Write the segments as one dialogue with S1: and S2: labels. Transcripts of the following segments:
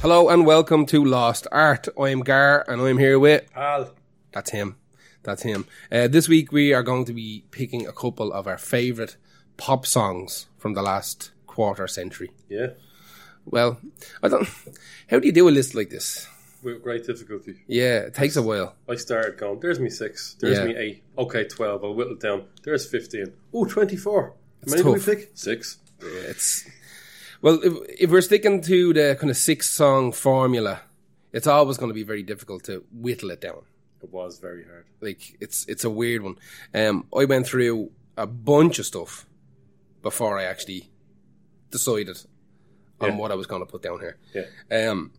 S1: Hello and welcome to Lost Art. I am Gar and I'm here with.
S2: Al.
S1: That's him. That's him. Uh, this week we are going to be picking a couple of our favourite pop songs from the last quarter century.
S2: Yeah.
S1: Well, I don't. How do you do a list like this?
S2: With great difficulty.
S1: Yeah, it takes a while.
S2: I started going, there's me six, there's
S1: Yeah.
S2: me eight, okay, 12, I'll whittle it down, there's 15. Oh, 24. How many
S1: tough.
S2: do we pick? Six.
S1: It's well, if, if we're sticking to the kind of six song formula, it's always going to be very difficult to whittle it down.
S2: It was very hard.
S1: Like it's it's a weird one. Um, I went through a bunch of stuff before I actually decided on
S2: Yeah.
S1: what I was going to put down here.
S2: Yeah.
S1: Um,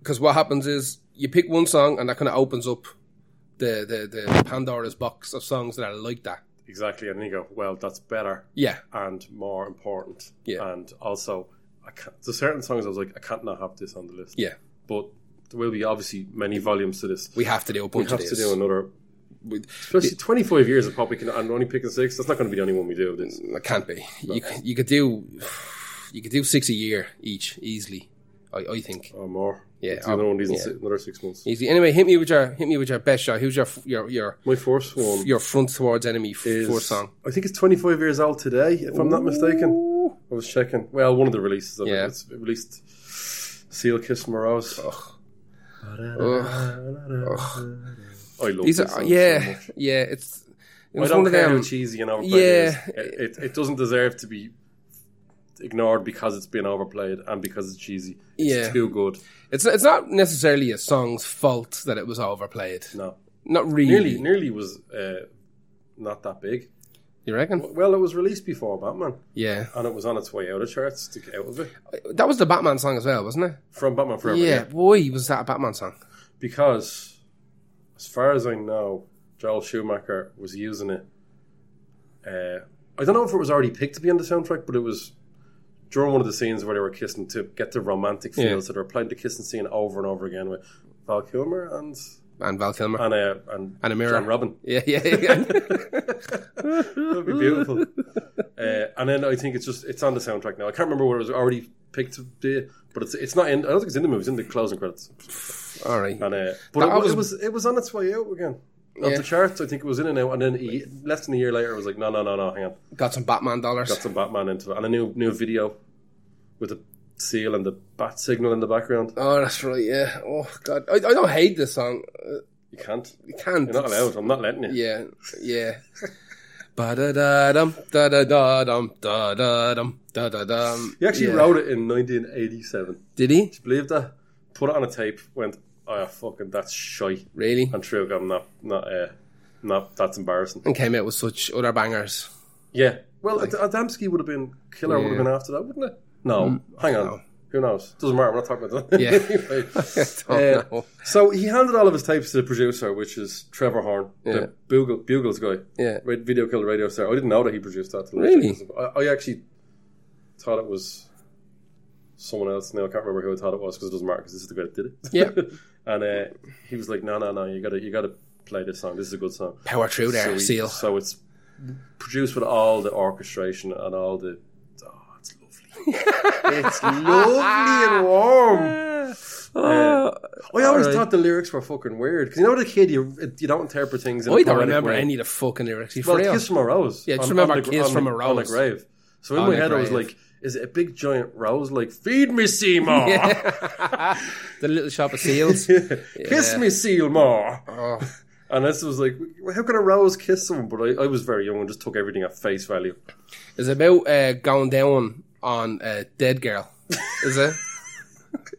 S1: because what happens is you pick one song and that kind of opens up the, the the Pandora's box of songs that are like that.
S2: Exactly. And then you go, well, that's better
S1: Yeah,
S2: and more important.
S1: Yeah.
S2: And also, I can't, there's certain songs I was like, I can't not have this on the list.
S1: yeah.
S2: But there will be obviously many volumes to this.
S1: We have to do a
S2: We
S1: bunch
S2: have
S1: of
S2: to
S1: these.
S2: do another.
S1: We-
S2: Especially 25 years of pop, we can, and only picking six. That's not going to be the only one we do. This.
S1: It can't be. You c- you could do you could do six a year each easily. I, I think
S2: Or more.
S1: Yeah,
S2: It's another
S1: um,
S2: one of these in
S1: yeah.
S2: si- another six months.
S1: easily. Anyway, hit me with your hit me with your best shot. Who's your f- your your
S2: My first one.
S1: your front towards enemy f-
S2: is-
S1: first song?
S2: I think it's 25 years old today, if I'm not mistaken.
S1: Ooh.
S2: I was checking. Well, one of the releases of
S1: Yeah.
S2: it. It's released Seal Kiss Morose.
S1: Ugh.
S2: I love
S1: These
S2: this
S1: are
S2: song so
S1: yeah
S2: much.
S1: yeah. It's
S2: I
S1: it's one
S2: don't
S1: of
S2: care how
S1: them.
S2: cheesy and overplayed it is.
S1: Yeah.
S2: It, it, it doesn't deserve to be ignored because it's been overplayed and because it's cheesy. It's
S1: Yeah.
S2: too good.
S1: It's it's not necessarily a song's fault that it was overplayed.
S2: No.
S1: Not really.
S2: Nearly, nearly was uh, not that big.
S1: You reckon?
S2: Well, it was released before Batman,
S1: Yeah.
S2: and it was on its way out of charts to get out of it
S1: That was the Batman song as well, wasn't it?
S2: from Batman Forever.
S1: yeah. Boy, was that a Batman song?
S2: because as far as I know, Joel Schumacher was using it. Uh, I don't know if it was already picked to be on the soundtrack, but it was during one of the scenes where they were kissing to get the romantic feel.
S1: Yeah.
S2: So they were playing the kissing scene over and over again with Val Kilmer and
S1: And Val Kilmer.
S2: and uh, and,
S1: And a mirror.
S2: John Robin.
S1: yeah, yeah, yeah.
S2: That'd be beautiful. uh, and then I think it's just it's on the soundtrack now. I can't remember what it was already picked to be, but it's it's not in. I don't think it's in the movie. It's in the closing credits.
S1: All right.
S2: And, uh, but
S1: That
S2: it, wa-
S1: was-
S2: it was it was on its way out again of
S1: Yeah.
S2: the charts. I think it was in and out, and then he, less than a year later, it was like, no, no, no, no, hang on,
S1: Got some Batman dollars.
S2: got some Batman into it, and a new new video with the seal and the bat signal in the background.
S1: Oh, that's right. Yeah. Oh God, I, I don't hate this song. Uh,
S2: You can't,
S1: You can't.
S2: you're not allowed. I'm not letting you.
S1: Yeah, yeah. Ba da da dum da da da dum da da dum da da dum.
S2: He actually
S1: yeah.
S2: wrote it in 1987. Do
S1: Did he
S2: you believe that? Put it on a tape. Went, oh fucking, that's shy.
S1: really?
S2: And true, I'm not, not, uh, not. That's embarrassing.
S1: And came out with such other bangers.
S2: Yeah. Well, Adamski would have been killer. Would have been after that, wouldn't it? No.
S1: Mm.
S2: Hang on. Who knows? Doesn't matter. We're not talking about that.
S1: Yeah.
S2: Anyway.
S1: don't
S2: Uh,
S1: know.
S2: So he handed all of his tapes to the producer, which is Trevor Horn,
S1: Yeah.
S2: the Bugle, Bugles guy,
S1: Yeah.
S2: Ra- video killed radio star. I didn't know that he produced that. till I
S1: Really?
S2: checked this up. I, I actually thought it was someone else. Now I can't remember who I thought it was because it doesn't matter because this is the guy that did it.
S1: Yeah.
S2: and uh, he was like, "No, no, no! You gotta, you gotta play this song. This is a good song."
S1: Power through there,
S2: so, he-
S1: seal.
S2: so it's produced with all the orchestration and all the. Oh, it's lovely. it's lovely and warm. Uh, I always
S1: Alright.
S2: thought the lyrics were fucking weird because you know, the kid, you you don't interpret things. In a
S1: Oh, I don't
S2: poetic
S1: remember
S2: way.
S1: any of the fucking lyrics. You
S2: Well,
S1: for real?
S2: Kiss from a Rose.
S1: Yeah, just
S2: On-
S1: remember
S2: on the-
S1: Kiss
S2: on
S1: from
S2: the-
S1: a
S2: on the
S1: Rose.
S2: grave. So in
S1: On
S2: my
S1: the
S2: head, I was
S1: grave.
S2: like, "Is it a big giant rose? Like, feed me, Seymour.
S1: the little shop of seals.
S2: Kiss me, Seymour."
S1: oh,
S2: And this was like, how can a rose kiss someone? But I, I was very young and just took everything at face value.
S1: it's about uh, going down on a dead girl. Is it?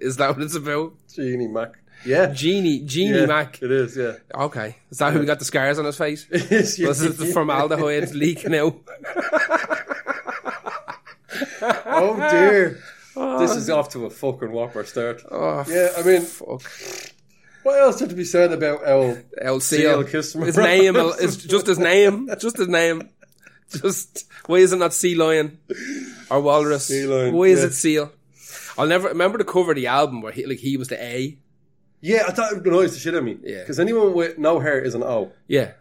S1: Is that what it's about?
S2: Genie Mac. Yeah.
S1: Genie, Genie
S2: yeah,
S1: Mac.
S2: It is, yeah.
S1: Okay, is that who got the scars on his face?
S2: It's you-
S1: Was it the formaldehyde leaking out?
S2: oh, dear. This is off to a fucking whopper start.
S1: Oh,
S2: Yeah, I mean,
S1: fuck.
S2: what else had to be said about El
S1: El
S2: Seal
S1: Seal.
S2: Kiss from a
S1: His
S2: Rose?
S1: name, it's just his name, just his name. Just why is it not sea lion or walrus?
S2: Sea lion,
S1: why is
S2: yeah.
S1: it seal? I'll never remember the cover of the album where he like he was the A.
S2: Yeah, I thought it annoys the shit out of me.
S1: Yeah.
S2: Because anyone with no hair is an O.
S1: Yeah,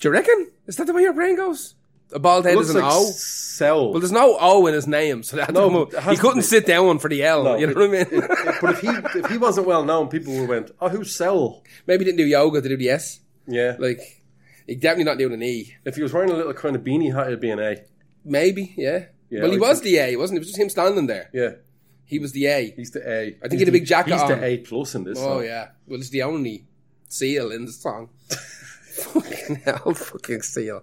S1: do you reckon? Is that the way your brain goes? A bald head
S2: Looks
S1: is an
S2: like
S1: O.
S2: Cell.
S1: Well, there's no O in his name, so they had
S2: No,
S1: to come up-
S2: it has
S1: He
S2: to
S1: couldn't
S2: be.
S1: sit down for the L.
S2: No,
S1: you know
S2: it-
S1: what I mean?
S2: If- but if he if he wasn't well known, people would have went, "Oh, who's Cell?"
S1: Maybe he didn't do yoga to do the S.
S2: Yeah.
S1: Like, he definitely not doing an E.
S2: if he was wearing a little kind of beanie hat, it'd be an A.
S1: Maybe, yeah.
S2: Yeah,
S1: well, he
S2: like
S1: was the A, wasn't he? It was just him standing there.
S2: Yeah,
S1: He was the A.
S2: he's the A. I
S1: think he had a big jacket
S2: He's
S1: on.
S2: the A plus in this.
S1: Oh
S2: song.
S1: yeah, well it's the only seal in the song. fucking hell, fucking seal.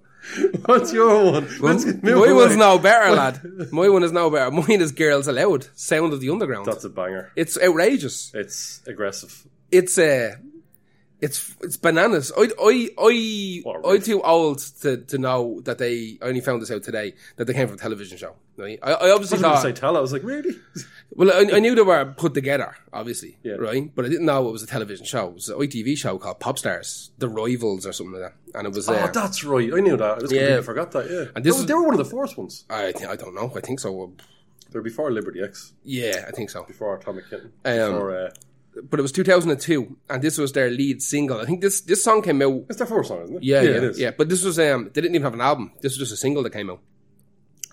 S2: What's your one? Let's
S1: My
S2: move away.
S1: one's no better, lad. My one is no better. Mine is "Girls Aloud," "Sound of the Underground."
S2: That's a banger.
S1: it's outrageous.
S2: It's aggressive.
S1: It's uh, it's it's bananas. I I I
S2: What a
S1: I'm
S2: riff.
S1: too old to, to know that they I only found this out today that they came from a television show. Right? I, I
S2: I
S1: obviously
S2: was going to
S1: thought
S2: say tell. I was like, really?
S1: Well, I, I knew they were put together, obviously,
S2: Yeah.
S1: right? But I didn't know it was a television show. It was an ITV show called Pop Stars, The Rivals, or something like that. And it was,
S2: Oh,
S1: uh,
S2: that's right. I knew that. I just
S1: Yeah.
S2: completely forgot that. Yeah,
S1: And this
S2: They-
S1: is-
S2: they were one of the first ones.
S1: I, th- I don't know. I think so.
S2: They're before Liberty X,
S1: Yeah, I think so.
S2: before Atomic Kitten,
S1: Um,
S2: before uh,
S1: But it was 2002, and this was their lead single. I think this this song came out.
S2: it's their first song, isn't it?
S1: Yeah, yeah,
S2: it is.
S1: yeah. But this was um, they didn't even have an album. This was just a single that came out,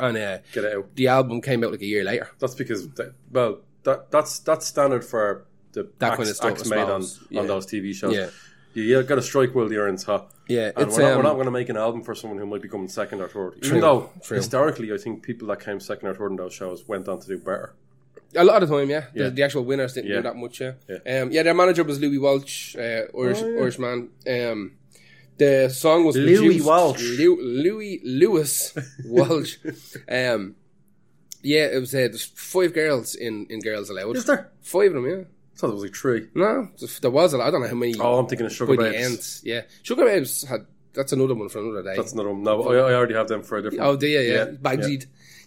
S1: and uh,
S2: Get it out.
S1: the album came out like a year later.
S2: That's because that, well, that that's that's standard for the
S1: That
S2: acts,
S1: kind of stuff,
S2: acts
S1: I
S2: made on,
S1: suppose. Yeah.
S2: on those TV shows.
S1: Yeah.
S2: You, you got to strike while the iron's hot.
S1: Yeah,
S2: and
S1: it's,
S2: we're not,
S1: um,
S2: we're not going to make an album for someone who might be coming second or third.
S1: True,
S2: Even though
S1: true.
S2: historically, I think people that came second or third in those shows went on to do better.
S1: A lot of time, yeah.
S2: Yeah.
S1: The, the actual winners didn't do
S2: Yeah.
S1: that much, yeah.
S2: Yeah.
S1: Um, yeah, their manager was Louis Walsh, uh, Irish,
S2: Oh, yeah.
S1: Irishman. Um, the song was
S2: Louis
S1: produced-
S2: Walsh.
S1: Lew- Louis Lewis Walsh. um, yeah, it was uh, there's five girls in in Girls Aloud.
S2: Is there?
S1: Five of them, yeah.
S2: I thought there was like three.
S1: No, there was a lot. I don't know how many.
S2: Oh, I'm thinking of Sugar
S1: by the
S2: Babes.
S1: end, yeah. Sugar Babes had that's another one for another day.
S2: That's another one. No, I, I already have them for a different.
S1: Oh, dear, yeah,
S2: Yeah,
S1: Bagsied,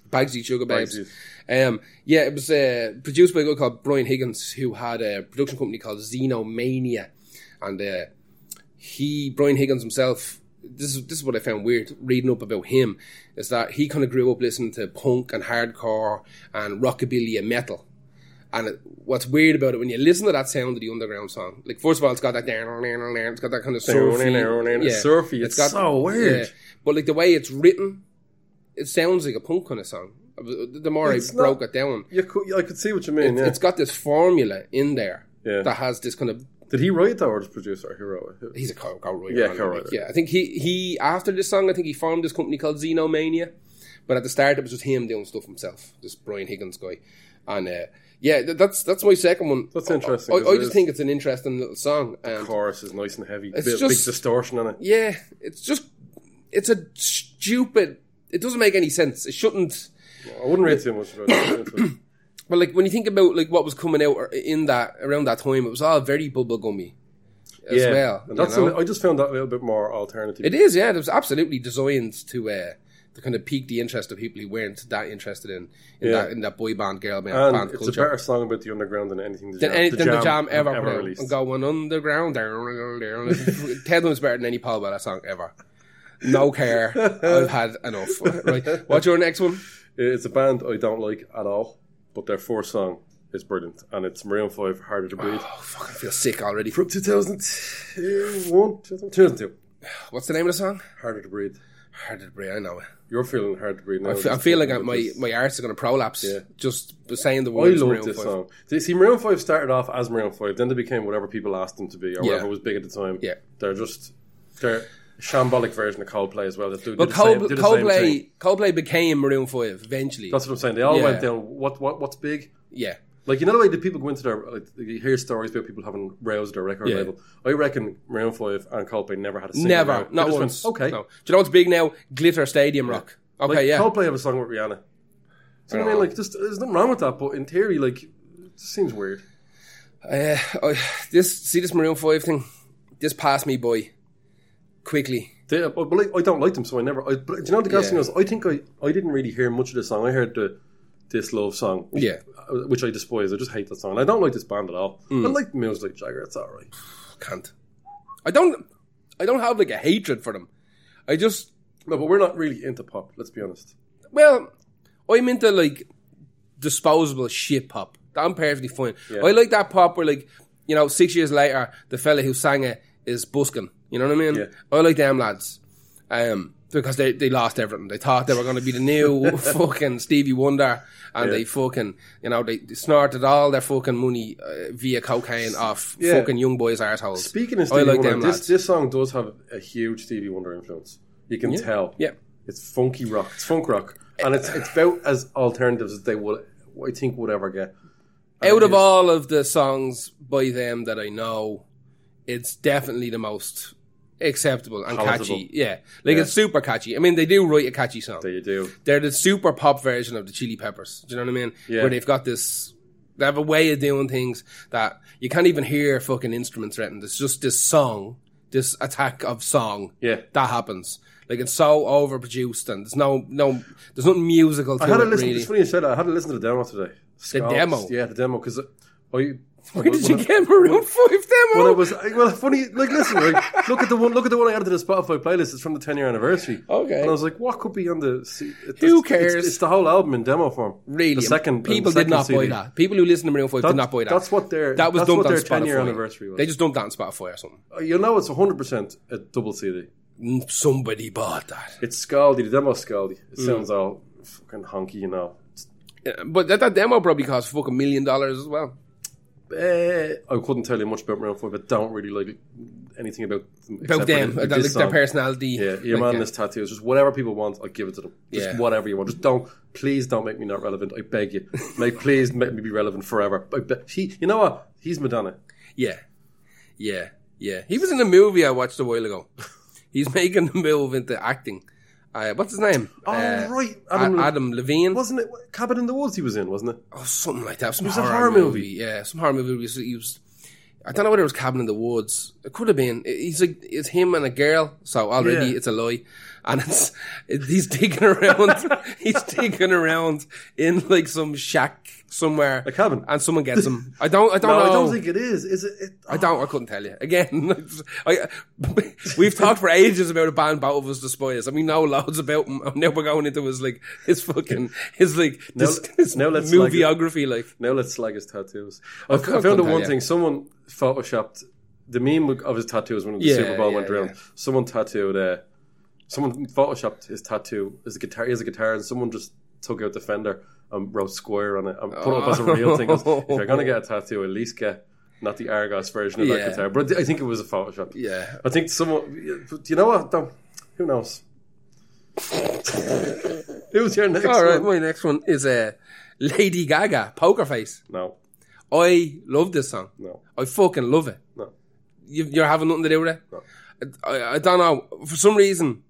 S1: Bagsied Sugar Babes.
S2: Bagsied.
S1: Um, yeah, it was uh, produced by a guy called Brian Higgins, who had a production company called Xenomania, and uh, he, Brian Higgins himself, this is this is what I found weird reading up about him, is that he kind of grew up listening to punk and hardcore and rockabilly and metal. And it, what's weird about it when you listen to that sound of the underground song, like first of all, it's got that it's got that kind of surfy,
S2: It's surfy. It's so weird.
S1: But like the way it's written, it sounds like a punk kind of song. The more
S2: It's
S1: I
S2: not-
S1: broke it down,
S2: You could, I could see what you mean. yeah.
S1: it's got this formula in there
S2: Yeah.
S1: that has this kind of.
S2: Did he write that or just produce or he wrote it?
S1: He's a co writer.
S2: Yeah,
S1: man,
S2: co-writer.
S1: like, Yeah, I think he he after this song, I think he formed this company called Xenomania. But at the start, it was just him doing stuff himself. This Brian Higgins guy, and uh, yeah, th- that's that's my second one.
S2: That's
S1: I-
S2: interesting,
S1: I, I
S2: 'cause it
S1: just
S2: is-
S1: think it's an interesting little song. And
S2: chorus is nice and heavy.
S1: It's
S2: bit,
S1: just-
S2: big distortion on it.
S1: yeah, it's just it's a stupid. It doesn't make any sense. It shouldn't.
S2: I wouldn't read too much about it.
S1: But like when you think about like what was coming out or- in that around that time, it was all very bubblegummy as well.
S2: And that's
S1: you know?
S2: a li- I just found that a little bit more alternative.
S1: It is, yeah. It was absolutely designed to uh, to kind of pique the interest of people who weren't that interested in in,
S2: Yeah.
S1: that, in that boy band, girl band,
S2: and
S1: band
S2: it's
S1: culture.
S2: a better song about the underground than anything the
S1: than
S2: jam,
S1: any, than the jam
S2: have
S1: ever, put out.
S2: released.
S1: I'm going underground. Ten times better than any Paul Bella song ever. No care. I've had enough. Right. What's your next one?
S2: It's a band I don't like at all, but their fourth song is brilliant, and it's Maroon Five, "Harder to Breathe."
S1: Oh, fuck, I feel sick already.
S2: From 2001, 2002,
S1: What's the name of the song?
S2: "Harder to Breathe."
S1: Hard to breathe. I know it.
S2: You're feeling hard to breathe now.
S1: I fe- I feel like I- my, my arts are going to prolapse
S2: Yeah.
S1: just saying the
S2: I
S1: words.
S2: love
S1: Maroon
S2: this
S1: 5.
S2: song. They- See, Maroon Five started off as Maroon Five, then they became whatever people asked them to be, or
S1: Yeah.
S2: whatever was big at the time.
S1: Yeah.
S2: they're just they're a shambolic version of Coldplay as well. They do,
S1: But
S2: do the same-
S1: Cold,
S2: do the same thing.
S1: Coldplay, Coldplay became Maroon 5 eventually.
S2: That's what I'm saying. They all
S1: Yeah.
S2: went down. What what what's big?
S1: yeah.
S2: Like you know the way that people go into their like, you hear stories about people having rows at their record
S1: Yeah.
S2: label. I reckon Maroon Five and Coldplay never had a single row.
S1: Never.
S2: They
S1: Not
S2: just
S1: once.
S2: Went, okay,
S1: No. Do you know what's big now? Glitter Stadium Rock. Okay,
S2: like,
S1: yeah.
S2: Coldplay have a song with Rihanna. So I
S1: Yeah.
S2: mean, like, just there's nothing wrong with that. But in theory, like, it seems weird.
S1: Uh, I, this See this Maroon 5 thing? This passed me by quickly.
S2: They, I, but like, I don't like them, so I never. I, but do you know the
S1: Yeah.
S2: gas thing is? I think I, I didn't really hear much of the song. I heard the this love song,
S1: Yeah.
S2: uh, which I despise. I just hate that song. And I don't like this band at all.
S1: Hmm.
S2: I like the music like Jagger. It's all right.
S1: Can't. I don't. I don't have like a hatred for them. I just
S2: No, but we're not really into pop. Let's be honest.
S1: Well, I'm into like disposable shit pop. I'm perfectly fine. I like that pop where like you know six years later the fella who sang it is busking. You know what I mean?
S2: Yeah.
S1: I like them lads. Um, because they, they lost everything. They thought they were going to be the new fucking Stevie Wonder, and
S2: Yeah.
S1: they fucking you know they, they snorted all their fucking money uh, via cocaine off
S2: Yeah.
S1: fucking young boys' assholes.
S2: Speaking of
S1: I
S2: Stevie
S1: like
S2: Wonder,
S1: them
S2: this,
S1: lads.
S2: this song does have a huge Stevie Wonder influence. You can tell.
S1: Yeah.
S2: It's funky rock. It's funk rock. And it's it's about as alternative as they would I think would ever get. And
S1: out
S2: it
S1: of
S2: is-
S1: all of the songs by them that I know, it's definitely the most acceptable and
S2: Palatable.
S1: catchy. Yeah, like
S2: Yeah.
S1: it's super catchy. I mean, they do write a catchy song.
S2: There you do.
S1: They're the super pop version of the Chili Peppers. Do you know what I mean?
S2: Yeah.
S1: Where they've got this, they have a way of doing things that you can't even hear fucking instruments written. It's just this song, this attack of song.
S2: Yeah.
S1: that happens. Like it's so overproduced and there's no no there's nothing musical to
S2: I had
S1: it
S2: a listen.
S1: really.
S2: It's funny you said that. I had to listen to the demo today. Scott's-
S1: demo?
S2: Yeah, the demo. Because
S1: Where did you get Maroon Five demo?
S2: Well, it was well funny. Like, listen, like, look at the one. Look at the one I added to the Spotify playlist. It's from the ten year anniversary.
S1: Okay.
S2: and I was like, what could be on the? C- it's-
S1: Who
S2: it's-
S1: cares?
S2: It's, the whole album in demo form.
S1: Really,
S2: the second
S1: people
S2: the second
S1: did not buy
S2: CD.
S1: that. People who listen to Maroon Five
S2: That-
S1: did not buy that.
S2: That's what their
S1: that was
S2: that's
S1: dumped
S2: what
S1: on
S2: their
S1: Spotify.
S2: ten year anniversary was. Uh,
S1: They just dumped that on Spotify or something.
S2: you know, it's hundred percent a double CD.
S1: Mm, Somebody bought that,
S2: It's Scaldy. The demo's Scaldy. It
S1: Mm.
S2: sounds all fucking honky, you know.
S1: Yeah, but that, that demo probably cost fucking million dollars as well.
S2: Eh, I couldn't tell you much about Maroon Five. I don't really like anything about them.
S1: About
S2: except for
S1: them,
S2: the-
S1: that- like
S2: this
S1: their
S2: song.
S1: personality.
S2: Yeah,
S1: Like,
S2: your man this tattoo is just whatever people want, I'll give it to them. Just
S1: Yeah.
S2: whatever you want. Just don't, please don't make me not relevant. I beg you. Like, please make me be relevant forever. I be- he, you know what? He's Madonna.
S1: yeah, yeah, yeah. He was in a movie I watched a while ago. He's making the move into acting. Uh, what's his name?
S2: Oh,
S1: Uh,
S2: right. Adam,
S1: Adam,
S2: Le-
S1: Adam Levine.
S2: Wasn't it Cabin in the Woods he was in, wasn't it?
S1: Oh, something like that. Some
S2: was a
S1: horror
S2: horror
S1: movie.
S2: movie.
S1: Yeah, some horror movie. He was, he was- I don't know whether it was Cabin in the Woods. It could have been. It- He's like it's him and a girl. So already
S2: Yeah.
S1: it's a lie, and it's it, he's digging around. he's digging around in like some shack somewhere,
S2: A cabin.
S1: and someone gets him. I don't. I don't
S2: No,
S1: know.
S2: I don't think it is. Is it? oh. it
S1: Oh. I don't. I couldn't tell you again. I, we've talked for ages about a band both of us despise, us, and we know loads about him. And now we're going into his like his fucking his like this,
S2: Now-
S1: his
S2: now let's like-
S1: movieography. Like,
S2: now let's slag his tattoos. I, I
S1: course,
S2: found out
S1: I'll
S2: one
S1: tell
S2: thing. Someone photoshopped the meme of his tattoos when the
S1: Yeah,
S2: Super Bowl
S1: yeah,
S2: went around.
S1: yeah.
S2: Someone tattooed. Uh, someone photoshopped his tattoo as a guitar. He has a guitar, and someone just took out the fender and wrote "square" on it and put it up as a real thing. 'Cause If you're gonna get a tattoo, at least get not the Argos version of
S1: Yeah.
S2: that guitar. But I think it was a Photoshop.
S1: Yeah.
S2: I think someone. Do you know what? though? Who knows? Who's your next
S1: All right,
S2: one?
S1: my next one is uh, Lady Gaga, Poker Face.
S2: No,
S1: I love this song.
S2: no,
S1: I fucking love it.
S2: no.
S1: You, you're having nothing to do with it.
S2: No.
S1: I, I don't know. For some reason,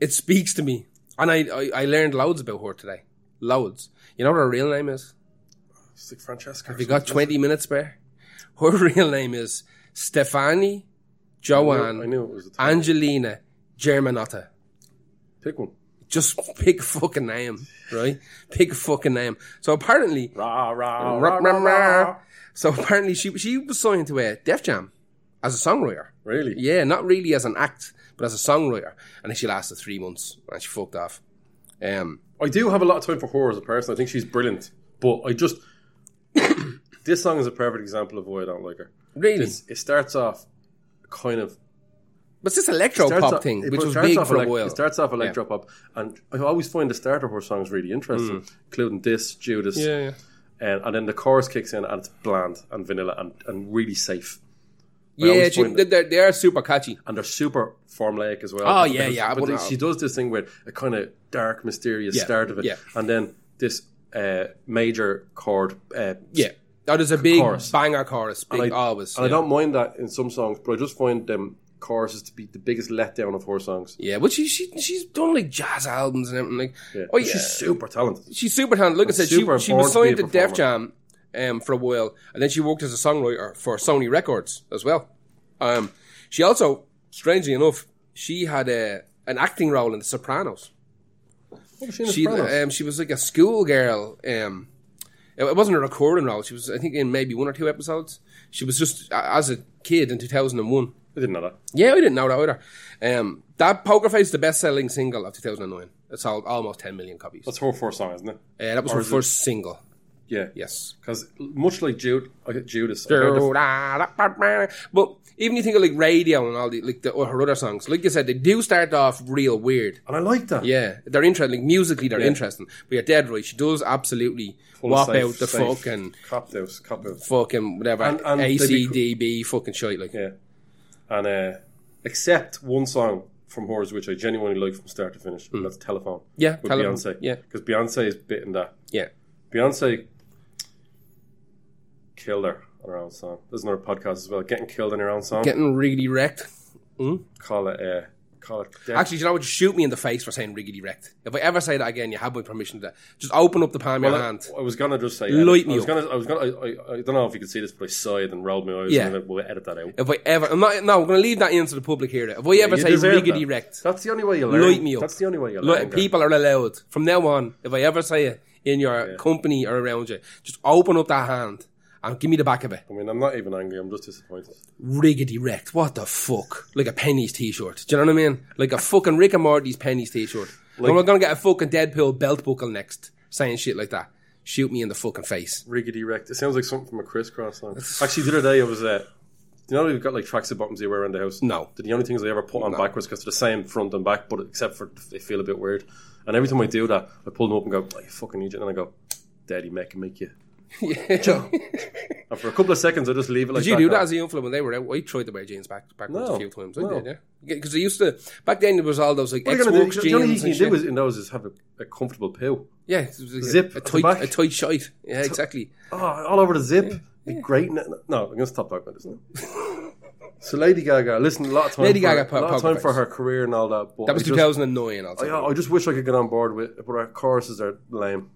S1: it speaks to me, and I, I I learned loads about her today. Loads. You know what her real name is?
S2: It's like Francesca.
S1: We got 20 minutes spare. Her real name is Stefani
S2: I
S1: Joanne
S2: knew it was a time.
S1: Angelina Germanotta.
S2: Pick one.
S1: Just pick a fucking name, right? Pick a fucking name. So apparently,
S2: Rah, rah,
S1: Rah, rah, rah. So apparently she she was signed to a Def Jam as a songwriter.
S2: Really?
S1: Yeah, not really as an act, but as a songwriter. And then she lasted three months and she fucked off. Um,
S2: I do have a lot of time for her as a person. I think she's brilliant. But I just. this song is a perfect example of why I don't like her.
S1: really,
S2: It's, it starts off kind of.
S1: but it's this
S2: starts
S1: electro pop
S2: off-
S1: thing,
S2: it
S1: which was
S2: starts
S1: big
S2: off
S1: for
S2: elec-
S1: a while.
S2: It starts off electro pop. And I always find the start of her songs really interesting, including this, Judas.
S1: Mm. yeah.
S2: And, and then the chorus kicks in and it's bland and vanilla and, and really safe.
S1: Yeah,
S2: always
S1: she,
S2: find
S1: they,
S2: it-
S1: they're, they are super catchy.
S2: and they're super formulaic as well.
S1: Oh, yeah,
S2: Because-
S1: yeah, I
S2: But
S1: wouldn't-
S2: she does this thing where a kind of dark, mysterious
S1: Yeah,
S2: start of it,
S1: yeah.
S2: and then this uh, major chord. Uh,
S1: Yeah. Oh, there's a big
S2: Chorus.
S1: banger chorus, big
S2: and I,
S1: always.
S2: and I don't mind that in some songs, but I just find them choruses to be the biggest letdown of her songs.
S1: yeah, but she, she she's done like jazz albums and everything. Like, oh
S2: But
S1: yeah,
S2: she's super talented.
S1: she's super talented. Like I said, she,
S2: super
S1: she was
S2: born
S1: signed
S2: to be
S1: to
S2: a
S1: Def Jam um, for a while, and then she worked as a songwriter for Sony Records as well. Um, she also, strangely enough, she had a an acting role in The Sopranos.
S2: What was she in The
S1: She
S2: Sopranos?
S1: um, she was like a schoolgirl. Um, it- it wasn't a recording role. She was, I think, in maybe one or two episodes. She was just a- as a kid in two thousand and one.
S2: I didn't know that.
S1: Yeah, I didn't know that either. Um, that Poker Face is the best selling single of 2009. It sold almost 10 million copies.
S2: That's her first song, isn't it?
S1: Uh, that was her
S2: is it-
S1: first single.
S2: Yeah,
S1: Yes.
S2: because much like Jude, I get Judas. I heard the-
S1: But even you think of like radio and all the like the, or her other songs, like you said, they do start off real weird.
S2: and I like that.
S1: Yeah, they're interesting. Like musically, they're
S2: Yeah.
S1: interesting. But you're dead right. She does absolutely
S2: Full
S1: wop
S2: safe-
S1: out the
S2: safe
S1: fucking
S2: cop out, cop out.
S1: fucking whatever
S2: And- and they be-
S1: ACDB fucking shit. Like
S2: Yeah. And uh, except one song from hers, which I genuinely like from start to finish, and that's Telephone.
S1: Hmm. Yeah,
S2: With
S1: Telephone,
S2: Beyonce.
S1: yeah.
S2: Because Beyonce is bit in that.
S1: yeah,
S2: Beyonce killed her on her own song. There's another podcast as well. Getting killed in her own song.
S1: getting really wrecked.
S2: call it, uh, call it death.
S1: Actually, do you know what? Just shoot me in the face for saying riggedy wrecked. If I ever say that again, you have my permission to that. Just open up the palm of your hand.
S2: I, I was gonna just say
S1: Light
S2: edit.
S1: me
S2: I was
S1: up.
S2: gonna. I was gonna. I, I, I don't know if you could see this, but I sighed and rolled my eyes.
S1: Yeah.
S2: and I went, we'll edit that out.
S1: If I ever, I'm not, no, I'm going to leave that in to the public here. If I ever
S2: You
S1: say
S2: deserve
S1: riggedy
S2: that.
S1: wrecked,
S2: That's the only way you learn.
S1: Light me up.
S2: That's the only way you learn.
S1: look,
S2: girl.
S1: people are allowed from now on. If I ever say it in your company or around you, just open up that hand and give me the back of it.
S2: I mean, I'm not even angry. I'm just disappointed.
S1: Riggedy wrecked. What the fuck? Like a pennies t-shirt. Do you know what I mean? Like a fucking Rick and Morty's pennies t-shirt. and we're going to get a fucking Deadpool belt buckle next, saying shit like that. Shoot me in the fucking face.
S2: Riggedy wrecked. It sounds like something from a crisscross song. Actually, the other day I was Uh, you know, we've got like tracksuit bottoms you wear around the house.
S1: No.
S2: They're the only things I ever put on backwards because they're the same front and back, but except for they feel a bit weird. And every time I do that, I pull them up and go, "I fucking need you," and I go, "Daddy, make can make you."
S1: Yeah.
S2: And for a couple of seconds, I just leave it like
S1: Did you do
S2: now.
S1: that as a young fella when they were out? I tried to wear jeans back backwards
S2: No,
S1: a few times. I
S2: no.
S1: did, yeah. Because I used to back then. There was all those like
S2: What are
S1: X
S2: you going
S1: Works
S2: to do? The only
S1: jeans.
S2: thing
S1: And
S2: you do
S1: shit.
S2: is, in those is have a, a comfortable pill.
S1: yeah, it was like a-
S2: Zip
S1: a
S2: at the
S1: tight
S2: back.
S1: a tight shite. Yeah, exactly.
S2: Oh, all over the zip. Be great. No, no, I'm going to stop talking about this now. so Lady Gaga, listen, a lot of time,
S1: Lady
S2: for,
S1: Gaga
S2: a
S1: po-
S2: lot of
S1: poker
S2: time for
S1: face.
S2: her career and all that. But
S1: That was
S2: I just-
S1: 2009. I'll tell you.
S2: I, I just wish I could get on board with it, but our choruses are lame.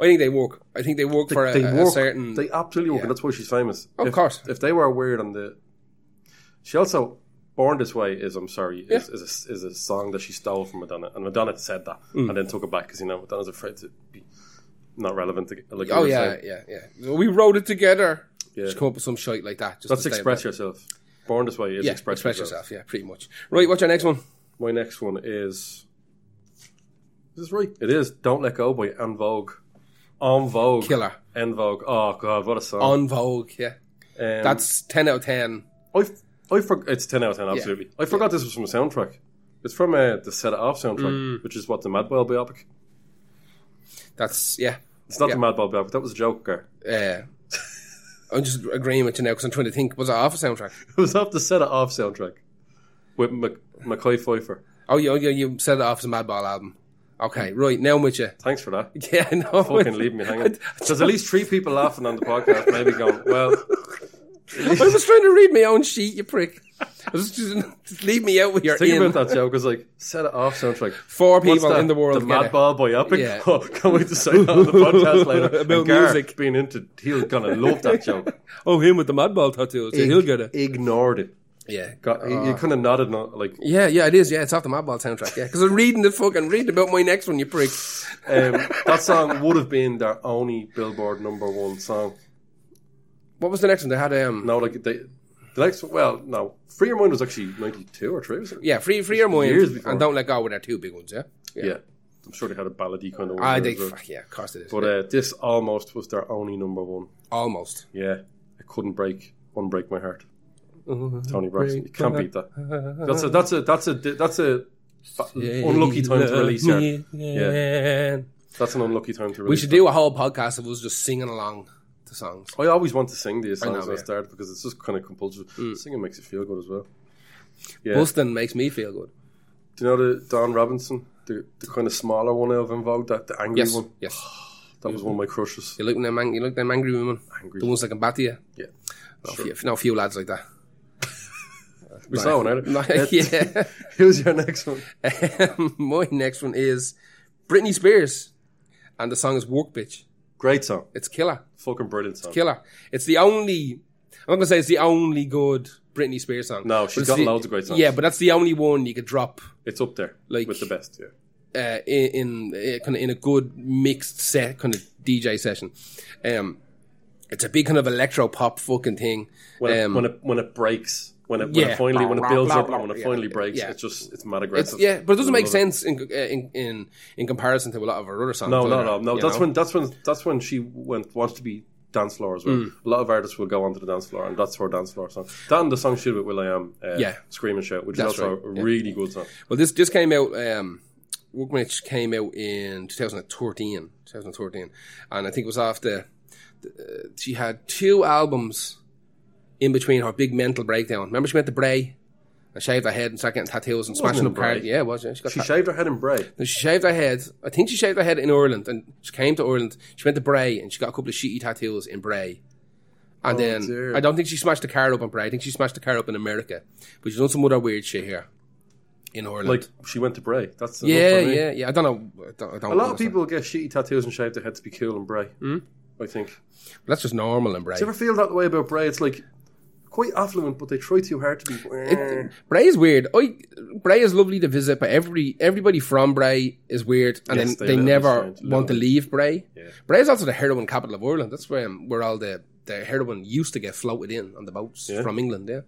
S1: I think they work. I think they work for a,
S2: they
S1: a- a
S2: work.
S1: certain.
S2: they absolutely work, and that's why she's famous.
S1: Of
S2: if,
S1: course.
S2: If they were weird on the. She also. Born This Way is, I'm sorry, is, is, a, is a song that she stole from Madonna. And Madonna said that
S1: Mm.
S2: and then took it back because, you know, Madonna's afraid to be not relevant. To, like you
S1: oh
S2: were
S1: yeah,
S2: saying.
S1: yeah, yeah. We wrote it together.
S2: Yeah.
S1: Just come up with some shite like that. Just
S2: That's
S1: to say
S2: Express
S1: about-
S2: Yourself. Born This Way is
S1: Yeah,
S2: express, yourself.
S1: yourself. Yeah, pretty much. Right. What's your next one?
S2: My next one is. Is this right? It is Don't Let Go by En Vogue. En Vogue.
S1: Killer.
S2: En Vogue. Oh, God, what a song.
S1: On Vogue. Yeah,
S2: Um,
S1: that's ten out of ten.
S2: I, f- I for, it's 10 out of 10, absolutely. I forgot this was from a soundtrack. It's from uh, the Set It Off
S1: Mm.
S2: soundtrack, which is what the Madball biopic.
S1: That's yeah.
S2: It's not
S1: Yeah.
S2: the Madball biopic, that was a Joker.
S1: Uh, I'm just agreeing with you now because I'm trying to think. Was it off a soundtrack?
S2: It was off the Set It Off soundtrack with Mac- Mackay Pfeiffer.
S1: Oh, you, you, you said it off as a Madball album. Okay, right, now I'm with you.
S2: Thanks for that.
S1: Yeah, no.
S2: Mm. Fucking leave me hanging. There's at least three people laughing on the podcast, maybe going, well,
S1: I was trying to read my own sheet, you prick. I was just, just leave me out with your
S2: think
S1: in.
S2: about that joke. It's like, set it off soundtrack.
S1: Four
S2: What's
S1: people
S2: that?
S1: in the world.
S2: The
S1: together.
S2: Madball biopic.
S1: Yeah.
S2: Oh, can't wait to say that on the podcast later.
S1: About
S2: And Gar
S1: music.
S2: Being into, he'll gonna love that joke.
S1: Oh, him with the Madball tattoos. Yeah, he'll get it.
S2: Ignored it.
S1: Yeah.
S2: Got, he,
S1: Ah.
S2: he kind of nodded, not, like
S1: Yeah, yeah, it is. Yeah, it's off the Madball soundtrack. Yeah, because I'm reading the fucking reading about my next one, you prick.
S2: um, that song would have been their only Billboard number one song.
S1: What was the next one? They had um.
S2: No, like they, the next one, well, no, Free Your Mind was actually ninety two or three, was it?
S1: Yeah, free, free your mind,
S2: Years before.
S1: and don't let go with their two big ones. Yeah, yeah.
S2: I'm sure they had a ballady kind of. one
S1: I
S2: there
S1: think,
S2: as well.
S1: fuck, yeah, of course it is.
S2: but uh, this almost was their only number one.
S1: Almost.
S2: Yeah, I couldn't break, unbreak my heart. Tony Braxton, you can't beat that. That's a that's a that's a that's a unlucky time to release it.
S1: Yeah.
S2: That's an unlucky time to release.
S1: We should
S2: that.
S1: do a whole podcast of us just singing along to songs.
S2: I always want to sing these
S1: know,
S2: songs when I
S1: yeah. Mm.
S2: start because it's just kind of compulsory. Singing makes you feel good as well. Yeah.
S1: Bustin' makes me feel good.
S2: Do you know the Don Robinson, the, the kind of smaller one out of Invoke, that the angry
S1: Yes,
S2: one?
S1: yes.
S2: That was one of my crushes.
S1: You look them, ang- you look them angry women,
S2: Angry.
S1: the ones that can bat you.
S2: Yeah.
S1: No, few, no few lads like that.
S2: We saw one eh? out of
S1: yeah.
S2: Who's your next one?
S1: My next one is Britney Spears, and the song is "Work Bitch."
S2: Great song.
S1: It's killer.
S2: Fucking brilliant song.
S1: killer. It's the only. I'm not gonna say it's the only good Britney Spears song.
S2: No,
S1: But
S2: she's
S1: it's
S2: got
S1: the-
S2: loads of great songs.
S1: Yeah, but that's the only one you could drop
S2: It's up there
S1: Like-
S2: with the best, yeah.
S1: uh, in, in kind of in a good mixed set kind of DJ session. Um, it's a big kind of electro pop fucking thing.
S2: When, it,
S1: Um,
S2: when, it, when it breaks, when it, when
S1: Yeah.
S2: it finally when it
S1: Blah,
S2: builds
S1: blah,
S2: up
S1: blah,
S2: and when it
S1: yeah,
S2: finally
S1: yeah,
S2: breaks,
S1: yeah.
S2: it's just it's mad
S1: It's,
S2: aggressive.
S1: yeah, but it doesn't
S2: I
S1: make
S2: love
S1: sense in, uh, in in in comparison to a lot of her other songs.
S2: No,
S1: either,
S2: no, no, no.
S1: you
S2: That's
S1: know?
S2: when that's when that's when she went wants to be dance floor as well.
S1: Mm.
S2: A lot of artists will go onto the dance floor, and that's her dance floor song. That and the song she did with Will I Am, uh,
S1: Yeah.
S2: "Scream and Shout," which
S1: That's
S2: is also
S1: right,
S2: a
S1: yeah.
S2: really good song.
S1: Well, this this came out. Um, Workbench came out in 2013, 2013, and I think it was after uh, she had two albums in between her big mental breakdown. Remember, she went to Bray and shaved her head and started getting tattoos and smashing
S2: in
S1: up cars.
S2: Bray.
S1: Yeah, it was yeah. she got
S2: She
S1: ta-
S2: shaved her head in Bray.
S1: no, she shaved her head. I think she shaved her head in Ireland, and she came to Ireland. She went to Bray, and she got a couple of shitty tattoos in Bray. And
S2: Oh,
S1: then
S2: dear.
S1: I don't think she smashed the car up in Bray. I think she smashed the car up in America, but she's done some other weird shit here in Ireland.
S2: Like she went to Bray. That's enough
S1: yeah,
S2: for me.
S1: yeah, yeah. I don't know. I don't, I don't
S2: A lot of
S1: understand.
S2: people get shitty tattoos and shave their head to be cool in Bray.
S1: Hmm?
S2: Mm. I think. Do
S1: That's just normal in Bray.
S2: you ever feel that way about Bray? It's like quite affluent, but they try too hard to be.
S1: Bray is weird. I Bray is lovely to visit, but every everybody from Bray is weird, and then
S2: Yes, they
S1: they
S2: will be
S1: never
S2: strange,
S1: want to
S2: little.
S1: leave Bray. Bray is also the heroin capital of Ireland. That's where um, where all the the heroin used to get floated in on the boats
S2: Yeah.
S1: from England. Yeah,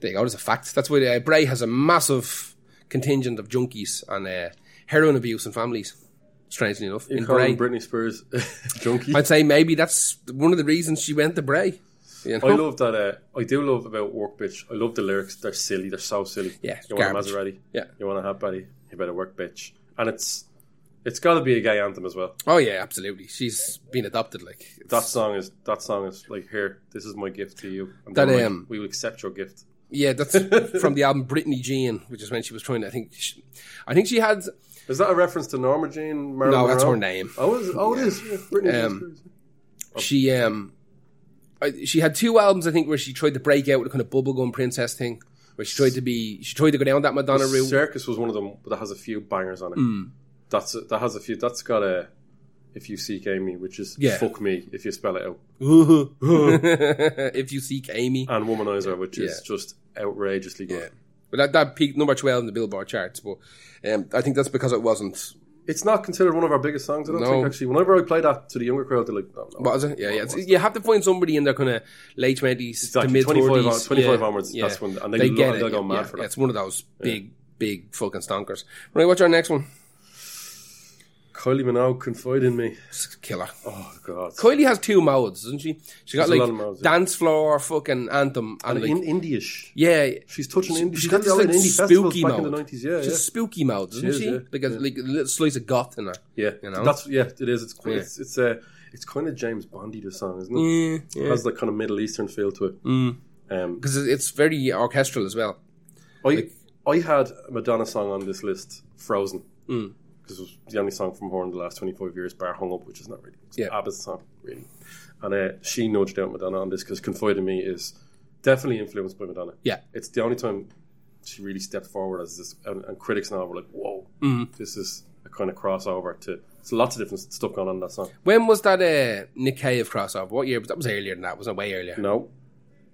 S1: there you go. That's a fact. That's why uh, Bray has a massive contingent of junkies and uh, heroin abuse and families. Strangely enough, in Bray,
S2: Calling Britney Spears junkie.
S1: I'd say maybe that's one of the reasons she went to Bray. You know?
S2: I love that. Uh, I do love about work, bitch. I love the lyrics. They're silly. They're so silly.
S1: Yeah, it's
S2: you want a
S1: garbage.
S2: Maserati?
S1: Yeah.
S2: You want a hot body? You better work, bitch. And it's it's got to be a gay anthem as well.
S1: Oh yeah, absolutely. She's been adopted. Like it's-
S2: That song is that song is like here. This is my gift to you. And
S1: That,
S2: they're like,
S1: um,
S2: we will accept your gift.
S1: yeah, that's from the album Britney Jean, which is when she was trying. To, I think, she, I think she had.
S2: Is that a reference to Norma Jean? Marilyn
S1: No, that's her
S2: Monroe?
S1: name.
S2: Oh, is, oh, it is. Yeah, Britney Jean
S1: Um,
S2: Spears.
S1: She um, I- she had two albums, I think, where she tried to break out with the kind of bubblegum princess thing, where she tried to be, she tried to go down that Madonna route.
S2: Circus was one of them that has a few bangers on it.
S1: Mm.
S2: That's a, that has a few. That's got a. If you seek Amy, which is
S1: Yeah.
S2: fuck me if you spell it out,
S1: if you seek Amy,
S2: and Womanizer, which is
S1: Yeah.
S2: just outrageously good.
S1: but that that peaked number twelve in the Billboard charts. But um, I think that's because it wasn't.
S2: It's not considered one of our biggest songs. I don't
S1: No.
S2: think actually. Whenever I play that to the younger crowd, they're like, no, no.
S1: What is it? Yeah, yeah. It's- you have to find somebody in their kind of late twenties to
S2: Exactly.
S1: mid
S2: 25 on-
S1: forties,
S2: 25 onwards, that's when- and they lo- they'll go mad for that.
S1: It's one of those big, big fucking stonkers. Right, what's our next one?
S2: Kylie Minogue confide in me.
S1: It's killer.
S2: Oh God.
S1: Kylie has two modes, doesn't she? She got
S2: There's a
S1: like
S2: lot of modes, yeah.
S1: dance floor, fucking anthem, and, like,
S2: in Indiaish.
S1: yeah,
S2: She's touching indie.
S1: she's
S2: She
S1: got
S2: did
S1: this
S2: all
S1: like
S2: in indie festivals
S1: spooky
S2: back in the
S1: mode.
S2: nineties. Yeah,
S1: She's
S2: yeah,
S1: spooky mode, doesn't
S2: is,
S1: she?
S2: yeah.
S1: Like a like a little slice of goth in her.
S2: yeah.
S1: you know?
S2: That's yeah. It is. It's quite,
S1: Yeah. Mm,
S2: it's it's uh, it's kind of James Bondy the song, isn't it?
S1: Yeah, Mm.
S2: It has that kind of Middle Eastern feel to it. Um,
S1: because it's very orchestral as well.
S2: I I had a Madonna song on this list, Frozen,
S1: Mm.
S2: because it was the only song from her in the last twenty five years. Bar hung up, which is not really it's
S1: Yeah.
S2: ABBA's song, really. And uh, she nudged out Madonna on this because "Confide in Me" is definitely influenced by Madonna.
S1: Yeah.
S2: it's the only time she really stepped forward as this, and, and critics now were like, "Whoa,
S1: Mm-hmm.
S2: this is a kind of crossover." To it's lots of different stuff going on in that song.
S1: When was that uh, Nick Cave crossover? What year? was That was earlier than that. Wasn't it? way earlier?
S2: No,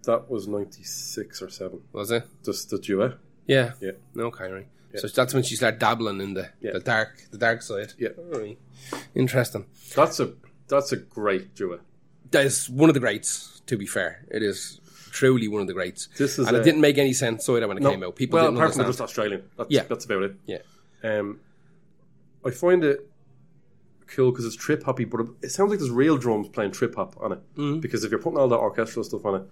S2: that was ninety six or seven.
S1: Was it?
S2: Just the duet.
S1: Yeah.
S2: Yeah.
S1: No, Kyrie. So that's when she started dabbling in the,
S2: Yeah.
S1: the dark the dark side.
S2: Yeah.
S1: Alright. Interesting.
S2: That's a that's a great duet.
S1: That is one of the greats, to be fair. It is truly one of the greats.
S2: This is
S1: and
S2: a-
S1: it didn't make any sense either when it
S2: No.
S1: came out. People
S2: well,
S1: didn't
S2: apart from
S1: understand.
S2: they're just Australian. That's,
S1: Yeah.
S2: that's about it.
S1: Yeah.
S2: Um, I find it cool because it's trip hoppy, but it sounds like there's real drums playing trip hop on it.
S1: Mm-hmm.
S2: Because if you're putting all that orchestral stuff on it,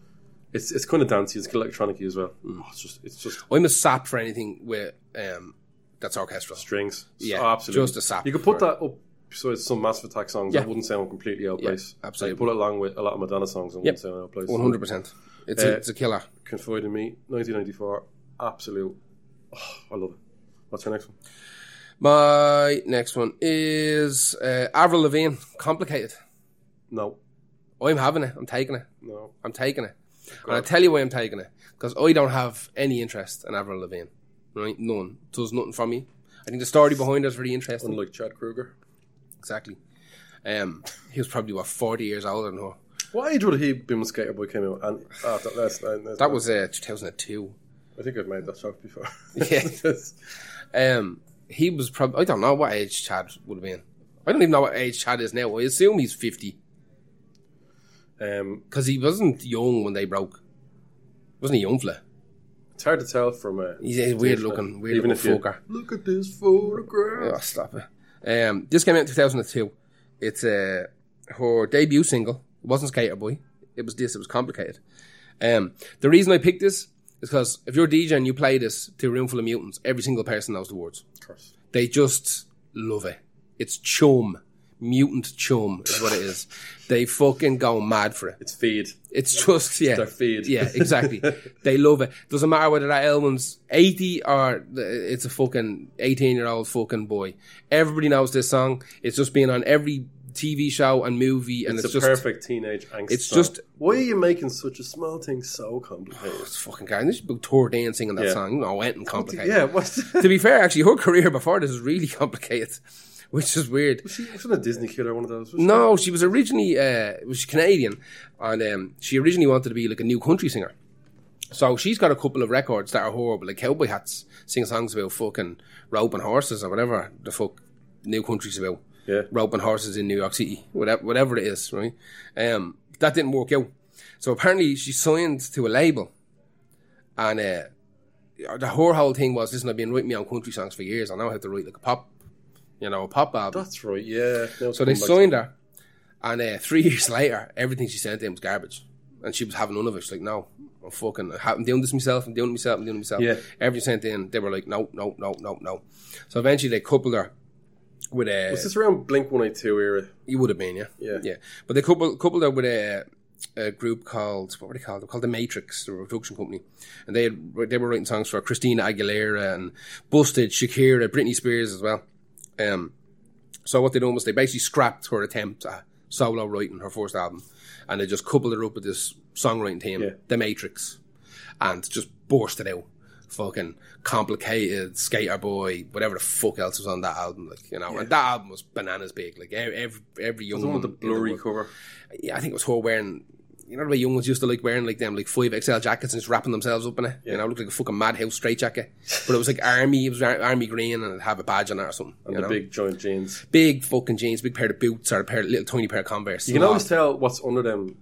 S2: it's it's kind of dancey. It's electronic as well.
S1: Mm.
S2: Oh, it's just it's just
S1: I'm a sap for anything with um that's orchestral.
S2: strings.
S1: Yeah,
S2: Oh, absolutely.
S1: just a sap
S2: You could put
S1: for
S2: that up besides some Massive Attack songs.
S1: Yeah.
S2: It wouldn't sound completely out of place.
S1: absolutely.
S2: You could put it along with a lot of Madonna songs. And it wouldn't sound out of place.
S1: One hundred percent. It's a
S2: Uh,
S1: it's a killer.
S2: Confide in me, 1994. Absolute. Oh, I love it. What's your next one?
S1: My next one is uh, Avril Lavigne. Complicated.
S2: No,
S1: I'm having it. I'm taking it.
S2: no.
S1: I'm taking it. And I tell you why I'm taking it. Because I don't have any interest in Avril Lavigne. Right? None. Does nothing for me. I think the story behind it is really interesting.
S2: Unlike Chad Kruger.
S1: Exactly. Um, he was probably, what, 40 years older than her.
S2: What age would he be when Skater Boy came out? And ah, that, that's, that's-
S1: That was uh, 2002.
S2: I think I've made that joke before.
S1: Yeah. Um, he was probably, I don't know what age Chad would have been. I don't even know what age Chad is now. I assume he's 50.
S2: um,
S1: Because he wasn't young when they broke. Wasn't he young fella?
S2: It's hard to tell from a.
S1: He's a weird looking, weird
S2: Even if
S1: looking
S2: you
S1: fucker.
S2: look at this photograph.
S1: Oh, stop it. Um, this came out in 2002. It's uh, her debut single. It wasn't Skater Boy. It was this. It was complicated. Um, the reason I picked this is because if you're a DJ and you play this to a room full of mutants, every single person knows the words.
S2: Of course.
S1: They just love it. It's chum. Mutant chum is what it is. they fucking go mad for it.
S2: It's feed.
S1: It's just yeah,
S2: their feed.
S1: Yeah, exactly. they love it. Doesn't matter whether that album's eighty or uh, it's a fucking eighteen-year-old fucking boy. Everybody knows this song. It's just been on every TV show and movie, and
S2: It's,
S1: it's,
S2: a
S1: just
S2: perfect teenage angst.
S1: it's
S2: song.
S1: just-
S2: why are you making such a small thing so complicated?
S1: it's fucking guy. This about tour dancing and that
S2: Yeah.
S1: song. No, went and complicated.
S2: yeah, what's
S1: To be fair, actually, her career before this is really complicated, which is weird.
S2: she wasn't a Disney kid or one of those. Was she?
S1: No, she was originally uh, was Canadian, and um, she originally wanted to be like a new country singer. So she's got a couple of records that are horrible, like cowboy hats, sing songs about fucking roping horses or whatever the fuck new country's about.
S2: Yeah.
S1: roping horses in New York City, whatever, whatever it is, right? Um, that didn't work out. So apparently she signed to a label, and uh, the her whole thing was, listen, I've been writing me on country songs for years. I now have to write like a pop, you know, a pop album.
S2: That's right. Yeah. Now it's
S1: So they
S2: coming
S1: signed
S2: back
S1: her, and uh, three years later, everything she sent him was garbage, and she was having none of it. She's like, "No, I'm fucking, I'm doing this myself. I'm doing it myself. I'm doing it myself."
S2: Yeah.
S1: Everything sent in, they were like, "No, no, no, no, no." So eventually, they coupled her with a.
S2: to- Is this around Blink One Eight Two era?
S1: You would have been, yeah.
S2: Yeah.
S1: Yeah. But they coupled, coupled her with a, a group called, what were they called? They were called The Matrix, the production company. And they had, they were writing songs for Christina Aguilera and Busted, Shakira, Britney Spears as well. Um, so what they done was they basically scrapped her attempt at solo writing her first album and they just coupled her up with this songwriting team,
S2: Yeah.
S1: The Matrix, and just burst it out. Fucking complicated skater boy, whatever the fuck else was on that album, like you know, and that album was bananas big. Like e- every every young
S2: The one with
S1: woman
S2: the
S1: in Mm-hmm. the
S2: blurry
S1: world-
S2: cover.
S1: yeah, I think it was her wearing. You know the way young ones used to like wearing like them like five XL jackets and just wrapping themselves up in it. You know, it looked like a fucking madhouse straight jacket, but it was like army. It was ar- army green and it'd have a badge on it or something.
S2: And
S1: you
S2: the
S1: know?
S2: big giant jeans.
S1: big fucking jeans, big pair of boots, or a pair of little tiny pair of Converse.
S2: You can always tell what's under them.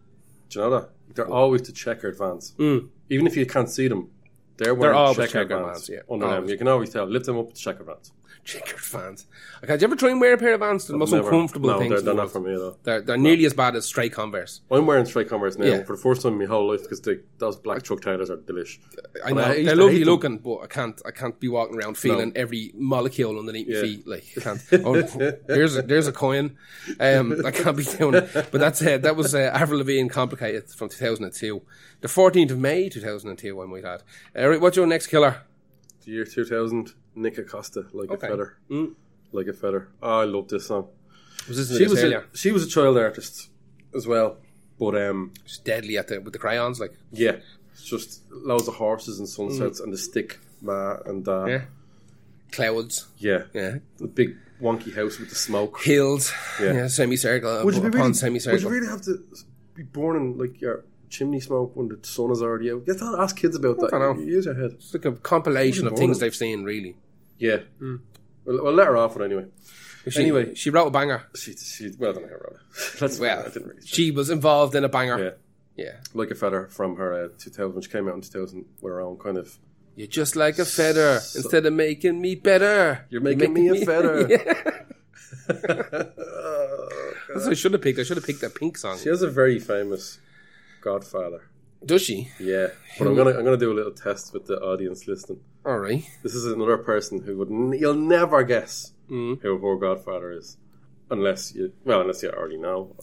S2: Do you know that? They're always the checkered vans.
S1: Mm.
S2: Even if you can't see them, they're wearing
S1: always
S2: checkered,
S1: checkered
S2: vans,
S1: vans, yeah.
S2: under them.
S1: Always.
S2: You can always tell. Lift them up with checkered vans.
S1: checkered Ah, fans. Okay, did you ever try and wear a pair of vans? The most
S2: Never-
S1: uncomfortable
S2: no,
S1: things.
S2: They're,
S1: in the
S2: they're not
S1: world.
S2: for me though.
S1: They're, they're nearly as bad as stray Converse.
S2: I'm wearing straight Converse now
S1: Yeah.
S2: for the first time in my whole life because they, those black Chuck Taylors are delish.
S1: I
S2: And
S1: know
S2: I used
S1: they're
S2: to
S1: lovely
S2: hate them.
S1: looking, but I can't. I can't be walking around feeling every molecule underneath my
S2: Yeah.
S1: feet. Like I can't. Oh, there's a, there's a coin. Um, I can't be doing. it. But that's uh, that was uh, Avril Lavigne complicated from 2002, the 14th of May 2002. I might add. Uh, right, what's your next killer?
S2: The year 2000, Nick Acosta, like
S1: Okay. Mm.
S2: a feather, like a feather. Oh, I love this song.
S1: Was this in
S2: She
S1: the
S2: was a,
S1: earlier?
S2: she was a child artist as well, but um,
S1: She's deadly at the with the crayons. Like
S2: yeah, it's just loads of horses and sunsets and the stick ma and uh,
S1: Yeah. clouds.
S2: yeah,
S1: Yeah,
S2: the big wonky house with the smoke.
S1: hills. Yeah,
S2: Yeah.
S1: semicircle.
S2: Would you be really?
S1: semicircle?
S2: Would you really have to be born in like your chimney smoke when the sun is already out? Get to ask kids about that.
S1: I don't know.
S2: Use your head.
S1: It's like a compilation of
S2: Wouldn't
S1: things
S2: bother.
S1: they've seen, really.
S2: Yeah.
S1: Hmm.
S2: Well, well, let her off it anyway.
S1: She,
S2: Anyway.
S1: she wrote a banger.
S2: She, she, well, then I wrote it. That's
S1: Well,
S2: I didn't really
S1: she was involved in a banger.
S2: Yeah.
S1: Yeah.
S2: like a feather from her uh, 2000, which came out in 2000 with her own kind of.
S1: You're just like a feather. Instead of making me better,
S2: You're making me a feather.
S1: That's what I should have picked. I should have picked that pink song.
S2: She has a very famous Godfather.
S1: Does she?
S2: Yeah, but I'm gonna I'm gonna do a little test with the audience listening.
S1: All right.
S2: This is another person who would n- you'll never guess who her Godfather is, unless you well unless you already know.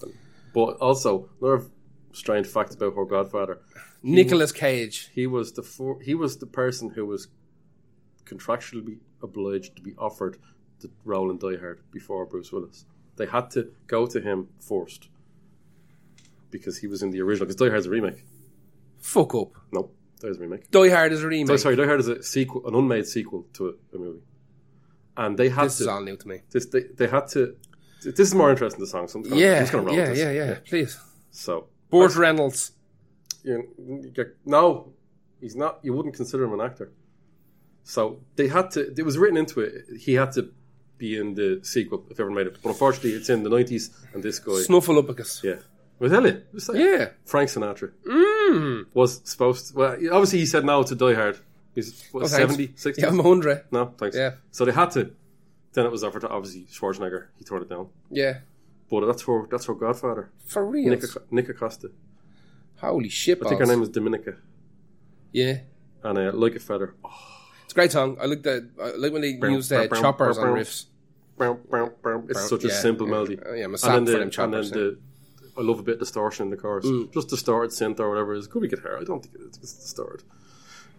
S2: But also another strange fact about her Godfather.
S1: Nicholas Cage.
S2: he was the four, he was the person who was contractually obliged to be offered the role in Die Hard before Bruce Willis. They had to go to him first because he was in the original. Because Die Hard's a remake.
S1: Fuck up.
S2: No, there's a remake.
S1: Die Hard is a remake.
S2: Oh, sorry, Die Hard is a sequel, an unmade sequel to a, a movie, and they had
S1: This is
S2: to.
S1: all new to me.
S2: This, they, they had to. This is more interesting. The song. So I'm just gonna, I'm
S1: Yeah.
S2: just Oh, gonna roll with
S1: yeah,
S2: this.
S1: yeah, yeah. Please.
S2: So
S1: Burt Reynolds.
S2: you, you get, no, he's not. You wouldn't consider him an actor. So they had to. It was written into it. He had to be in the sequel if ever made it. But unfortunately, it's in the nineties, and this guy,
S1: Snuffleupagus.
S2: yeah, was hell it. was like
S1: Yeah. Mm.
S2: Frank Sinatra was supposed. To, well, obviously he said no to Die Hard, He's what,
S1: Oh, thanks.
S2: 70, 60?
S1: Yeah, I'm 100.
S2: No, thanks.
S1: Yeah.
S2: So they had to. Then it was offered to obviously Schwarzenegger. He tore it down.
S1: Yeah.
S2: But that's her. That's her godfather,
S1: For real.
S2: Nick, Ac- Nick Acosta.
S1: Holy shit,
S2: I think her name is Dominica.
S1: Yeah.
S2: And uh, like a feather. Oh,
S1: It's a great song. I like that. I like when they
S2: Bow,
S1: use uh,
S2: bow, bow,
S1: choppers
S2: bow,
S1: on
S2: bow.
S1: riffs.
S2: bow, bow, bow. It's such a
S1: Yeah,
S2: simple
S1: yeah.
S2: melody.
S1: Uh, yeah, I'm a sap
S2: and then
S1: for
S2: the,
S1: them
S2: and then
S1: choppers.
S2: the, I love a bit of distortion in the chorus.
S1: Mm.
S2: Just distorted synth or whatever it is. Could be guitar. I don't think it is. It's distorted.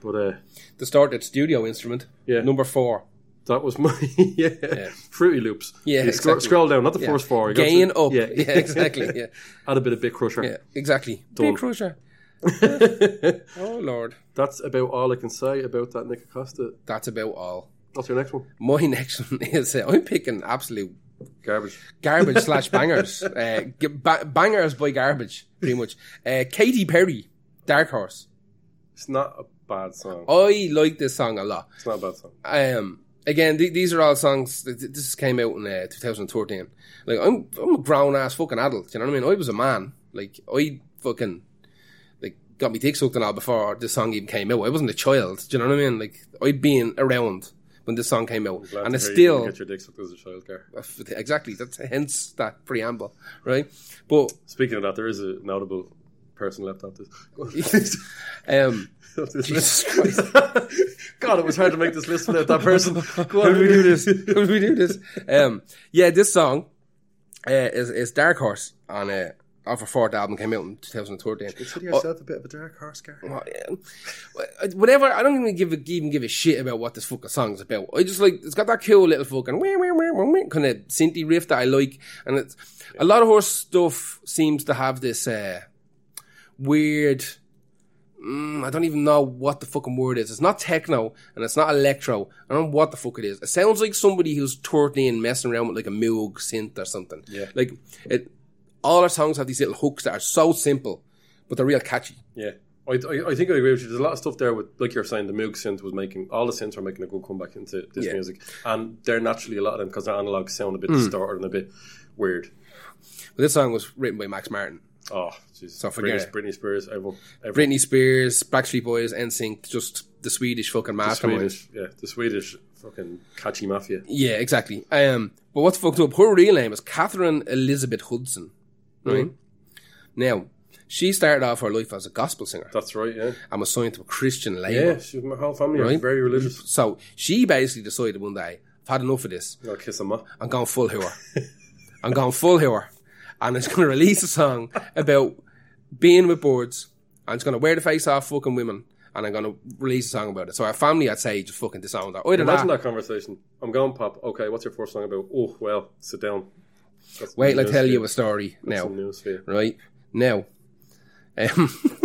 S2: But uh,
S1: yeah. Distorted studio instrument.
S2: Yeah.
S1: Number four.
S2: that was my yeah. Fruity Loops.
S1: Yeah,
S2: You scroll,
S1: exactly.
S2: scroll down, not the first four. you go to-
S1: Gain up. Yeah, exactly. Yeah.
S2: Add a bit of Big Crusher.
S1: Yeah, exactly.
S2: Done.
S1: Big Crusher. oh Lord,
S2: That's about all I can say about that Nick Acosta.
S1: that's about all.
S2: What's your next one?
S1: My next one is uh, I'm picking absolute
S2: Garbage.
S1: garbage slash bangers, uh, g- ba- bangers by garbage, pretty much. Uh, Katy Perry, Dark Horse.
S2: It's not a bad song.
S1: I like this song a lot.
S2: It's not a bad song.
S1: Um, again, th- these are all songs. That th- this came out in uh, 2013. Like I'm, I'm a grown ass fucking adult. You know what I mean? I was a man. Like I fucking like got me dick sucked and all before this song even came out. I wasn't a child. Do you know what I mean? Like I'd been around when this song came out,
S2: Glad
S1: and
S2: to
S1: it's
S2: hear you
S1: still
S2: didn't get your dick sucked as a child care.
S1: exactly that's hence that preamble, right? But
S2: Speaking of that, there is a notable person left off this.
S1: um,
S2: off this
S1: Jesus
S2: list. God, it was hard to make this list without that person. Go
S1: how
S2: on,
S1: do we do this? How do we do this? Um, yeah, this song uh, is is Dark Horse on uh, off her fourth album came out in 2013.
S2: Consider yourself a bit of a dark horse, Gary.
S1: Well, yeah. Whatever, I don't even give a, even give a shit about what this fucking song's about. I just like it's got that cool little fucking kind of synthy riff that I like, and it's a lot of her stuff seems to have this uh, weird. Mm, I don't even know what the fucking word is. It's not techno and it's not electro. I don't know what the fuck it is. It sounds like somebody who's 13 messing around with like a Moog synth or something.
S2: Yeah.
S1: Like it, all our songs have these little hooks that are so simple, but they're real catchy.
S2: Yeah. I, I, I think I agree with you. There's a lot of stuff there with, like you're saying, the Moog synth was making, all the synths are making a good comeback into this
S1: Yeah. Mm.
S2: music. And they're naturally, a lot of them, because their analogs sound a bit distorted and a bit weird.
S1: But this song was written by Max Martin.
S2: Oh, jeez. So
S1: forget
S2: Britney,
S1: it.
S2: Britney Spears, everyone. everyone
S1: Britney Spears, Backstreet Boys, NSYNC, just the Swedish fucking mastermind.
S2: Swedish. Yeah, the Swedish fucking catchy mafia.
S1: Yeah, exactly. Um, but what's fucked up? Her real name is Catherine Elizabeth Hudson. Right?
S2: Mm-hmm.
S1: Now, she started off her life as a gospel singer
S2: That's right, yeah.
S1: and was signed to a Christian label.
S2: Yeah, she, my whole family are
S1: Right.
S2: very religious.
S1: So she basically decided one day, I've had enough of this.
S2: I'm going to kiss them off.
S1: I'm going full whore. I'm going full whore. And it's going to release a song about being with birds. And it's going to wear the face off fucking women. And I'm going to release a song about it. So our family, I'd say, just fucking disowned her. Either
S2: Imagine
S1: that,
S2: that conversation. I'm going pop. Okay, what's your first song about? Oh, well, sit down. That's
S1: wait,
S2: some
S1: I'll tell
S2: news
S1: you
S2: for
S1: a story now.
S2: Some news for you.
S1: Right? Now. Um,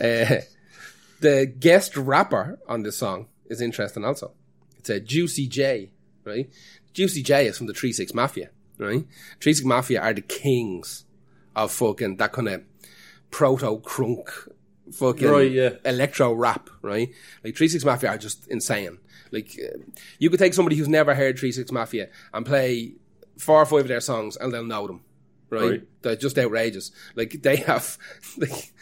S1: uh, the guest rapper on this song is interesting also. It's a Juicy J, right? Juicy J is from the 3 Six Mafia, right? 3 Six Mafia are the kings of fucking that kind of proto crunk fucking
S2: Right, yeah.
S1: electro rap, right? Like 3 Six Mafia are just insane. Like uh, you could take somebody who's never heard 3 Six Mafia and play four or five of their songs and they'll know them. Right?
S2: Right.
S1: They're just outrageous. Like they have like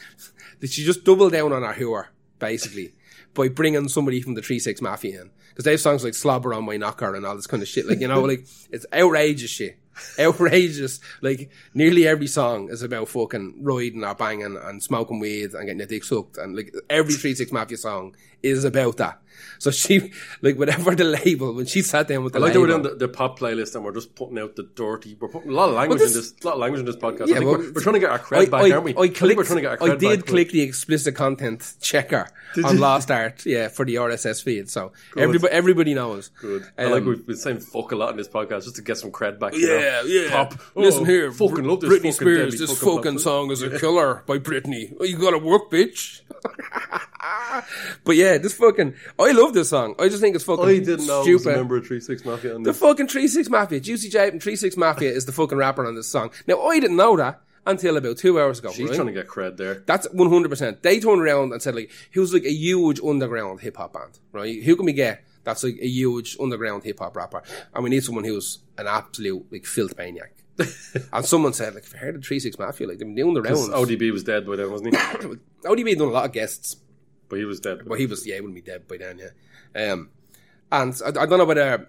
S1: that she just doubled down on her whore, basically, by bringing somebody from the 3 6 Mafia in. Because they have songs like Slobber on My Knocker and all this kind of shit. Like, you know, like, it's outrageous shit. Outrageous. Like, nearly every song is about fucking riding or banging and smoking weed and getting your dick sucked. And, like, every 3 6 Mafia song is about that. So she, like, whatever the label, when she sat down with the
S2: Like they
S1: label.
S2: were doing the, the pop playlist, and we're just putting out the dirty. We're putting a lot of language
S1: this-
S2: in this, a lot of language in this podcast.
S1: Yeah,
S2: I think
S1: well,
S2: we're, we're trying to get our cred back, aren't we? I,
S1: clicked,
S2: think we're trying to get our cred
S1: I did
S2: back,
S1: click the explicit content checker on Lost Art, yeah, for the RSS feed. So everybody, everybody knows.
S2: Good. I
S1: Um,
S2: like we've been saying fuck a lot in this podcast just to get some cred back. you
S1: yeah,
S2: know?
S1: yeah.
S2: Pop.
S1: Listen
S2: Oh,
S1: here,
S2: Fucking love this
S1: Britney
S2: fucking
S1: Spears.
S2: deadly
S1: This
S2: fucking
S1: fucking
S2: pop.
S1: song is a killer by Britney. Oh, you gotta work, bitch. but yeah, this fucking. I love this song. I just think it's fucking
S2: I didn't know it was a
S1: stupid.
S2: member of Three Six Mafia. And
S1: The fucking 36 Mafia, Juicy J and 36 Mafia is the fucking rapper on this song. Now, I didn't know that until about two hours ago.
S2: She's
S1: right?
S2: trying to get cred there.
S1: That's one hundred percent. They turned around and said like he was like a huge underground hip hop band, right? Who can we get that's like a huge underground hip hop rapper? And we need someone who's an absolute like filth maniac. and someone said like, "Have you heard of Three Six Mafia? Like they've been doing the rounds."
S2: ODB was dead by then, wasn't he?
S1: ODB done a lot of guests.
S2: But he was dead.
S1: But he was, yeah, he wouldn't be dead by then, yeah. Um, and I, I don't know whether,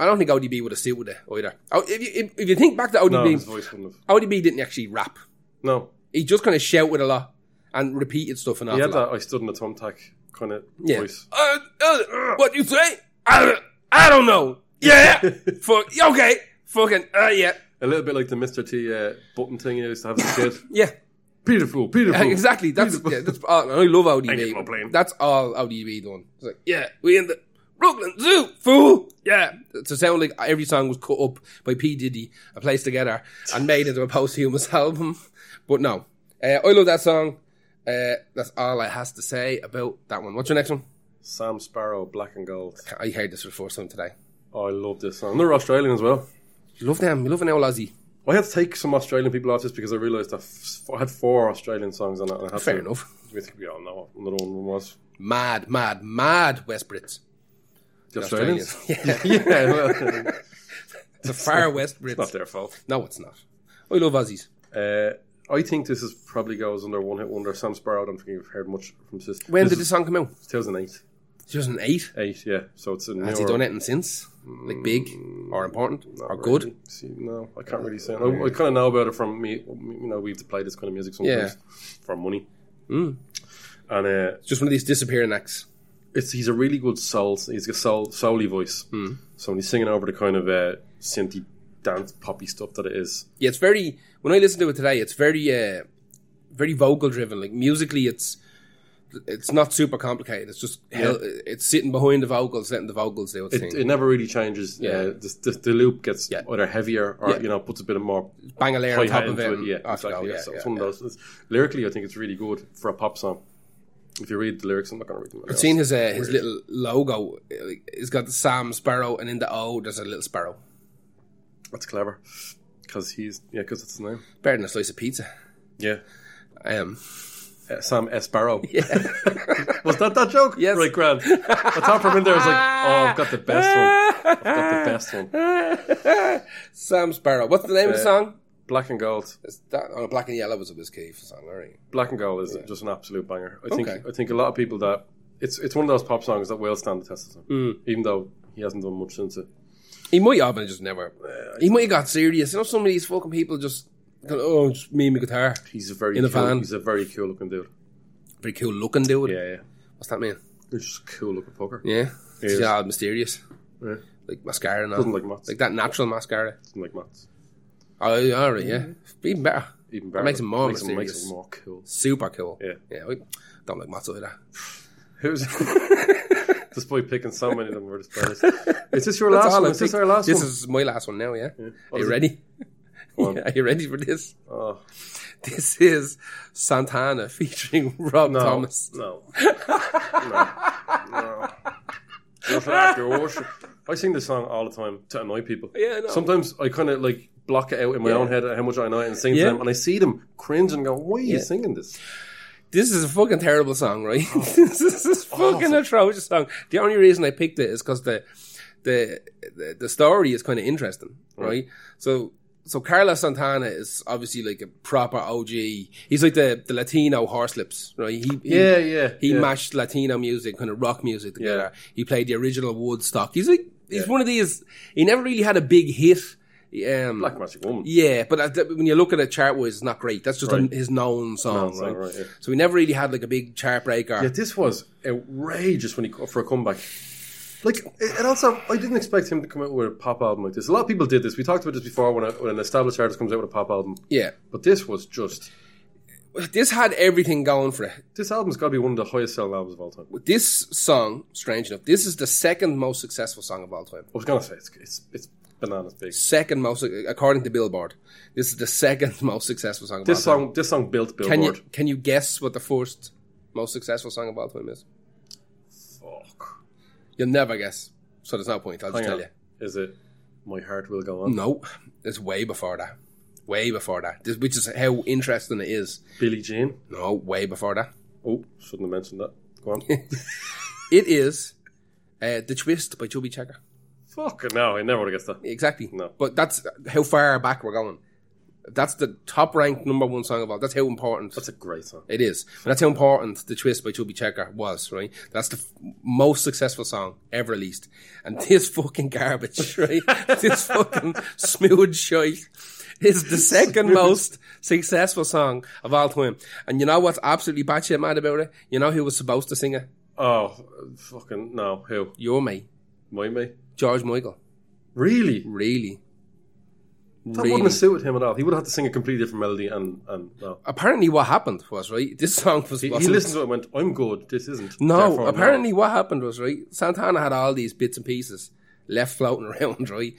S1: I don't think ODB would have suited it either. Oh, If you, if, if you think back to
S2: no, his
S1: ODB,
S2: voice wouldn't have.
S1: ODB didn't actually rap.
S2: No,
S1: He just kind of shouted a lot and repeated stuff and all
S2: he had
S1: that.
S2: that. I stood in a thumbtack kind of
S1: Yeah.
S2: voice.
S1: Uh, uh, what you say? I, I don't know. Yeah. Fuck. Okay. Fucking. Uh, yeah.
S2: A little bit like the Mr. T uh, button thing he used to have as a kid.
S1: Yeah.
S2: Beautiful, beautiful.
S1: Exactly. That's
S2: Beautiful.
S1: yeah, that's all. I love
S2: get my plane.
S1: ODB. That's all ODB done. It's like, yeah, we in the Brooklyn Zoo, fool. Yeah. To sound like every song was cut up by P Diddy and placed together and made into a posthumous album. But no, uh, I love that song. Uh, that's all I has to say about that one. What's your next one?
S2: Sam Sparrow, Black and Gold.
S1: I heard this for the first time today.
S2: Oh, I love this song. They're Australian as well.
S1: You love them. You love an old Aussie.
S2: I had to take some Australian people off just because I realised I, f- I had four Australian songs on it. And I had
S1: Fair
S2: to,
S1: enough.
S2: We, think we all know what another one was.
S1: Mad, mad, mad West Brits.
S2: The
S1: Australians.
S2: Australians? Yeah. well,
S1: The far West Brits.
S2: not their fault.
S1: No, it's not. I love Aussies.
S2: Uh, I think this is probably goes under one hit wonder. Sam Sparrow, I don't think you've heard much from this.
S1: When
S2: this
S1: did
S2: is
S1: the song come out?
S2: 2008.
S1: 2008.
S2: Eight, yeah. So it's a newer.
S1: Has he done anything since? Like big or important or good?
S2: Mm,
S1: Uh,
S2: really. See, no, I can't really say. I, I kind of know about it from me. You know, we used to play this kind of music sometimes for money.
S1: Hmm.
S2: And uh,
S1: Just one of these disappearing acts.
S2: it's he's a really good soul. He's got soul souly voice.
S1: Hmm.
S2: So when he's singing over the kind of uh, synthy dance poppy stuff that it is,
S1: Yeah, it's very. When I listen to it today, it's very, uh, very vocal driven. Like musically, it's it's not super complicated. It's just hell, it's sitting behind the vocals, letting the vocals do its
S2: it,
S1: thing.
S2: it never really changes. Yeah,
S1: Yeah.
S2: uh, the, the, the loop gets
S1: Yeah.
S2: either heavier or
S1: Yeah.
S2: you know puts a bit of more
S1: Bang a layer on
S2: high
S1: top
S2: hat
S1: of
S2: into
S1: it.
S2: it.
S1: and
S2: Yeah,
S1: off you
S2: exactly.
S1: go.
S2: yeah, so it's one of those. It's, lyrically, I think it's really good for a pop song. If you read the lyrics, I'm not going to read them.
S1: I've seen his uh, his little logo. uh, like, It's got the Sam Sparrow, and in the O, there's a little sparrow.
S2: That's clever because he's yeah, because it's his name.
S1: Better than a slice of pizza.
S2: Yeah,
S1: Um,
S2: uh, Sam S. Barrow.
S1: yeah.
S2: Was that that joke?
S1: Yes.
S2: Right, grand. I thought from in there, I was like, oh, I've got the best one. I've got the best one.
S1: Sam Sparrow. What's the name of the song?
S2: Black and Gold.
S1: It's that, oh, Black and Yellow was a Wizkid song, all right.
S2: Black and Gold is just an absolute banger. I think
S1: Okay.
S2: I think a lot of people that it's it's one of those pop songs that will stand the test of time,
S1: Mm.
S2: even though he hasn't done much since it.
S1: He might have, and just never. He might have got serious. You know, some of these fucking people just, go, oh, just me and my guitar.
S2: He's a very
S1: In a
S2: cool,
S1: van.
S2: He's a very cool looking dude.
S1: Pretty cool looking dude.
S2: Yeah, yeah.
S1: What's that mean?
S2: He's just a cool looking fucker.
S1: Yeah. It's
S2: is.
S1: yeah, mysterious.
S2: Yeah.
S1: Like mascara and all.
S2: Doesn't like Mats.
S1: Like that natural mascara.
S2: Doesn't like Mats.
S1: Oh, yeah, all right, yeah. Even better.
S2: Even better.
S1: makes him more
S2: makes him, makes
S1: mysterious.
S2: him more cool.
S1: Super cool.
S2: Yeah.
S1: Yeah, we don't like Mats either.
S2: Who's despite picking so many of them were dispersed. Is this your last
S1: That's all
S2: one?
S1: I
S2: Is this
S1: think.
S2: our last
S1: This
S2: one?
S1: is my last one now, yeah. Are
S2: What
S1: you
S2: is it?
S1: ready?
S2: on.
S1: Are you ready for this?
S2: Oh,
S1: This is Santana featuring Rob
S2: no,
S1: Thomas.
S2: No. no. No. Nothing after worship. I sing this song all the time to annoy people.
S1: Yeah, I know.
S2: Sometimes I kind of like block it out in my
S1: Yeah.
S2: own head how much I annoy it and sing
S1: Yeah.
S2: to them, and I see them cringe and go, "Why are you singing this?"
S1: This is a fucking terrible song, right?
S2: Oh.
S1: this is fucking atrocious song. The only reason I picked it is because the, the the the story is kind of interesting, right? So so Carlos Santana is obviously like a proper OG. He's like the, the Latino horselips, right? He, he-
S2: Yeah, yeah,
S1: He
S2: yeah.
S1: mashed Latino music, kind of rock music together. He played the original Woodstock. He's like he's one of these. He never really had a big hit. Um,
S2: Black Magic Woman.
S1: yeah, but at the- when you look at it chart wise, it's not great. That's just
S2: Right.
S1: a, his known song,
S2: Known song,
S1: right?
S2: Oh, right, yeah.
S1: So he never really had like a big chart breaker.
S2: Yeah, this was outrageous when he co- for a comeback. Like, it- and also, I didn't expect him to come out with a pop album like this. A lot of people did this. We talked about this before when, a, when an established artist comes out with a pop album.
S1: Yeah.
S2: But this was just
S1: this had everything going for it.
S2: this album's got to be one of the highest selling albums of all time. I
S1: This song, strange enough, this is the second most successful song of all time.
S2: was gonna say it's it's, it's bananas big.
S1: Second most, according to Billboard, this is the second most successful song of
S2: This
S1: all time.
S2: song this song built Billboard.
S1: Can you can you guess what the first most successful song of all time is?
S2: Fuck.
S1: You'll never guess. So there's no point. I'll just
S2: Hang
S1: tell
S2: on.
S1: you.
S2: Is it My Heart Will Go On?
S1: No, it's way before that. Way before that. This, which is how interesting it is.
S2: Billie Jean.
S1: No, way before that.
S2: Oh, shouldn't have mentioned that. Go on.
S1: It is uh, The Twist by Chubby Checker.
S2: Fuck no, I never would have guessed that.
S1: Exactly.
S2: No.
S1: But that's how far back we're going. That's the top ranked number one song of all. That's how important
S2: That's a great song.
S1: it is. And that's how important the twist by Chubby Checker was, right? That's the f- most successful song ever released. And this fucking garbage, right? this fucking smooth shite is the second most successful song of all time. And you know what's absolutely batshit mad about it? You know who was supposed to sing it?
S2: Oh, fucking no. Who?
S1: Your mate,
S2: My mate?
S1: George Michael.
S2: Really?
S1: Really?
S2: That wouldn't have suited him at all. He would have had to sing a completely different melody and, and no.
S1: Apparently, what happened was right. This song was
S2: He, he
S1: wasn't-
S2: listened to it and went, I'm good. This isn't.
S1: No,
S2: Therefore,
S1: apparently what happened was right. Santana had all these bits and pieces left floating around, right?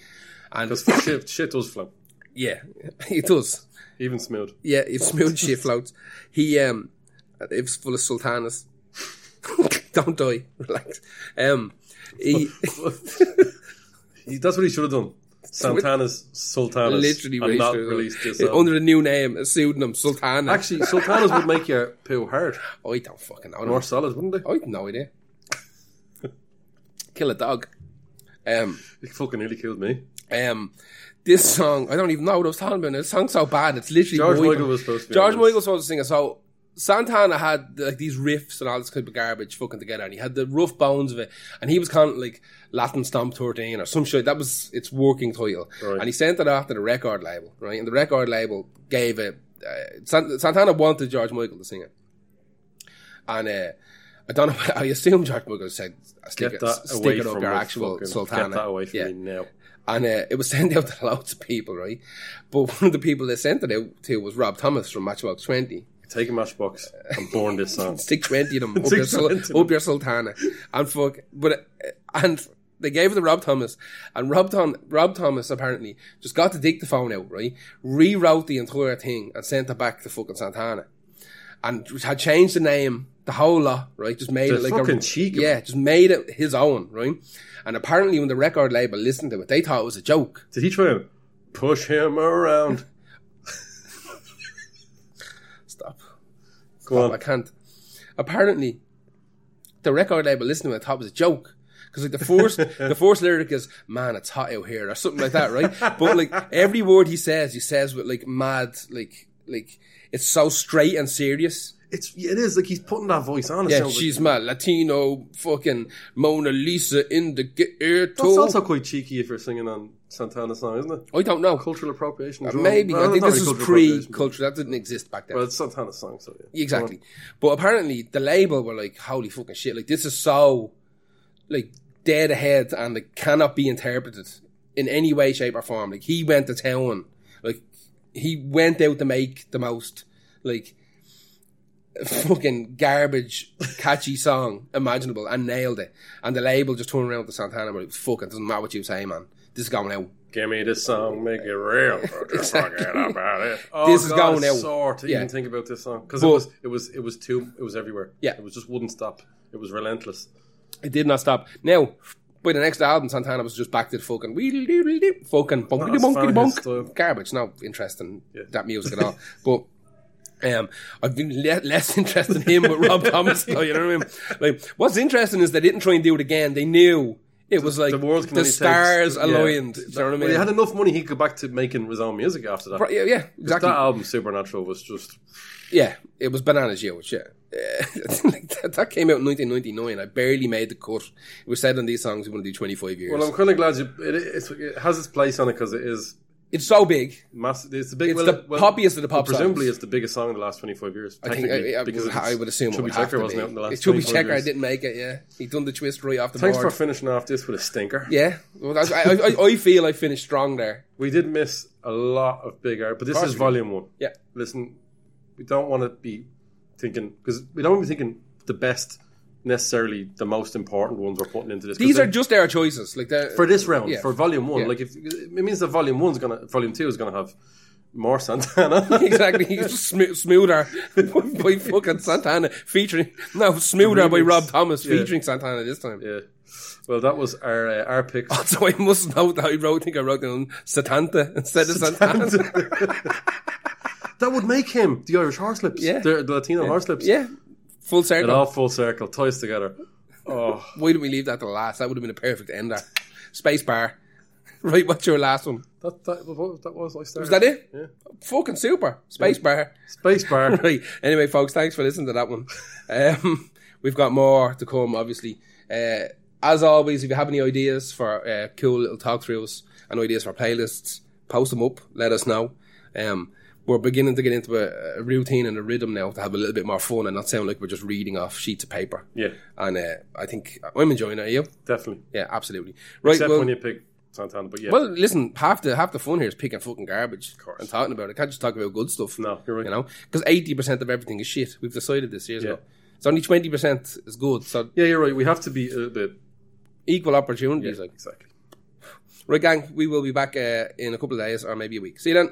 S1: And
S2: Because shit, shit does flow.
S1: yeah, it does.
S2: Even smooth.
S1: Yeah, it's smooth shit floats. He um, it was full of sultanas. Don't die, relax. Um, he
S2: He- That's what he should have done. Santana's Sultanas.
S1: literally
S2: and not
S1: released
S2: released this.
S1: it
S2: album.
S1: under a new name, a pseudonym, Sultana.
S2: Actually, Sultanas would make your poo hard.
S1: I don't fucking know.
S2: More solid, wouldn't they?
S1: I had no idea. Kill a dog. Um.
S2: It fucking nearly killed me.
S1: Um, this song, I don't even know what I was talking about. now. This song's so bad, it's literally
S2: George
S1: Michael.
S2: Michael was supposed to be
S1: George
S2: on this.
S1: Michael was supposed to sing it. So Santana had like these riffs and all this type of garbage fucking together, and he had the rough bones of it. And he was kind of like Latin Stomp 13 or some shit. That was its working title.
S2: Right.
S1: And he sent it off to the record label, right? And the record label gave it. Uh, Sant- Santana wanted George Michael to sing it, and. Uh, I don't know. I assume George Michael said, "Stick,
S2: Get
S1: it,
S2: that
S1: stick
S2: away
S1: it up
S2: from
S1: your
S2: me,
S1: actual
S2: fucking-
S1: Sultana."
S2: Get that away from
S1: Yeah.
S2: me now.
S1: And uh, it was sent out to loads of people, right? But one of the people they sent it out to was Rob Thomas from Matchbox 20.
S2: Take a matchbox and burn this song.
S1: Stick 20 of them up,
S2: Stick
S1: your, sul-
S2: 20 of them.
S1: up your Sultana. And fuck, but, uh, and they gave it to Rob Thomas. And Rob, Thom- Rob Thomas apparently just got the dictaphone out, right? Rewrote the entire thing and sent it back to fucking Santana. And had changed the name, the whole lot, right? Just made
S2: The
S1: it like
S2: fucking
S1: a,
S2: cheek of
S1: Yeah, just made it his own, right? And apparently when the record label listened to it, they thought it was a joke.
S2: Did he try and push him around?
S1: Stop.
S2: Go
S1: I
S2: on.
S1: can't. Apparently, the record label listening to it thought it was a joke. Because like the first, the first lyric is "Man, it's hot out here" or something like that, right? But like every word he says, he says with like mad, like like it's so straight and serious.
S2: It's it is like he's putting that voice on. It
S1: Yeah,
S2: sounds like-
S1: she's my Latino fucking Mona Lisa in the ghetto.
S2: That's also quite cheeky if you're singing on Santana's song, isn't it?
S1: I don't know.
S2: Cultural appropriation. Joe.
S1: Uh, Maybe
S2: No,
S1: I think
S2: not
S1: this
S2: really
S1: was
S2: cultural appropriation, but-
S1: pre-culture. That didn't exist back then.
S2: Well, it's Santana's song, so yeah.
S1: Exactly. But apparently the label were like, holy fucking shit, like this is so like dead ahead and like cannot be interpreted in any way, shape or form. Like he went to town. Like he went out to make the most like fucking garbage catchy song imaginable and nailed it. And the label just turned around to Santana and was fucking doesn't matter what you say, man. This is going out.
S2: Give me this song, make it real.
S1: Exactly.
S2: Forget about it. Oh,
S1: This is
S2: God,
S1: going
S2: it's
S1: out.
S2: sore to
S1: Yeah.
S2: even think about this song because it
S1: But-
S2: was it was it was too it was everywhere.
S1: Yeah.
S2: it was just wouldn't stop. It was relentless.
S1: It did not stop. Now, by the next album, Santana was just back to the fucking wheedle doodle doo, fucking bunkity
S2: That's
S1: bunkity
S2: fine,
S1: bunk.
S2: it's still-
S1: Garbage. Not interesting that music at all. but um, I've been le- less interested in him with Rob Thomas. Though, you know what I mean? Like, what's interesting is they didn't try and do it again. They knew it was like the,
S2: The world can only take-
S1: stars
S2: yeah.
S1: aligned. you know what I
S2: Well,
S1: mean?
S2: he had enough money; he could go back to making his own music after that.
S1: Pro- yeah, yeah, exactly.
S2: That album, Supernatural, was just
S1: Yeah, it was Bananas Yo, yeah. Uh, like that, that came out in 1999. I barely made the cut. It was said on these songs, we want to do 25 years.
S2: Well, I'm kind of glad you. It, it's, it has its place on it because it is
S1: it's so big.
S2: massive. It's the big.
S1: It's the poppiest of the pop
S2: Presumably,
S1: songs.
S2: it's the biggest song in the last 25 years.
S1: I think
S2: technically,
S1: I, I,
S2: because
S1: would,
S2: it's-
S1: I would assume
S2: Chubby
S1: it would have
S2: Checker
S1: to
S2: wasn't
S1: be.
S2: out in the last
S1: Chubby
S2: 25
S1: Checker
S2: years.
S1: didn't make it. Yeah, he done the twist right off the
S2: Thanks for
S1: board.
S2: finishing off this with a stinker.
S1: yeah, well, that's, I, I, I feel I finished strong there.
S2: We did miss a lot of big art, but this
S1: course
S2: is
S1: we
S2: volume one.
S1: Yeah,
S2: Listen, we don't want to be thinking because we don't want to be thinking the best necessarily the most important ones we're putting into this. 'cause
S1: these are
S2: they're-
S1: just our choices. Like they're-
S2: for this round
S1: yeah.
S2: for volume one.
S1: Yeah.
S2: Like if it means that volume one's gonna, volume two is gonna have more Santana.
S1: exactly, he's just sm- smoother by fucking Santana featuring no smoother by
S2: Remix.
S1: Rob Thomas
S2: Yeah.
S1: featuring Santana this time.
S2: Yeah. Well, that was our uh, our picks.
S1: So I must note that I wrote, think I wrote down Satanta instead of Santana.
S2: That would make him the Irish Horselips.
S1: Yeah.
S2: The, the Latino Horselips.
S1: Yeah, full
S2: It
S1: circle.
S2: all full circle, ties together. Oh,
S1: Why didn't we leave that to the last? That would have been a perfect ender. Space bar. right, what's your last one?
S2: That that, that was- that was I started.
S1: Was that it?
S2: Yeah.
S1: Fucking super. Space bar.
S2: Space bar.
S1: Right. Anyway, folks, thanks for listening to that one. Um, we've got more to come, obviously. Uh, as always, if you have any ideas for uh, cool little talk throughs and ideas for playlists, post them up. Let us know. Um, we're beginning to get into a, a routine and a rhythm now to have a little bit more fun and not sound like we're just reading off sheets of paper.
S2: yeah,
S1: And uh, I think I'm enjoying it. Are you?
S2: definitely.
S1: Yeah, absolutely. Right.
S2: Except
S1: well-
S2: when you pick Santana, but yeah,
S1: well, listen, half the half the fun here is picking fucking garbage
S2: course.
S1: and talking about it. Can't just talk about good stuff.
S2: No, you're right.
S1: You know, because eighty percent of everything is shit. We've decided this years
S2: Yeah.
S1: ago. It's only twenty percent is good. So
S2: yeah, you're right. We have to be a bit
S1: equal opportunities. Like,
S2: exactly.
S1: right, gang, we will be back uh, in a couple of days or maybe a week. See you then.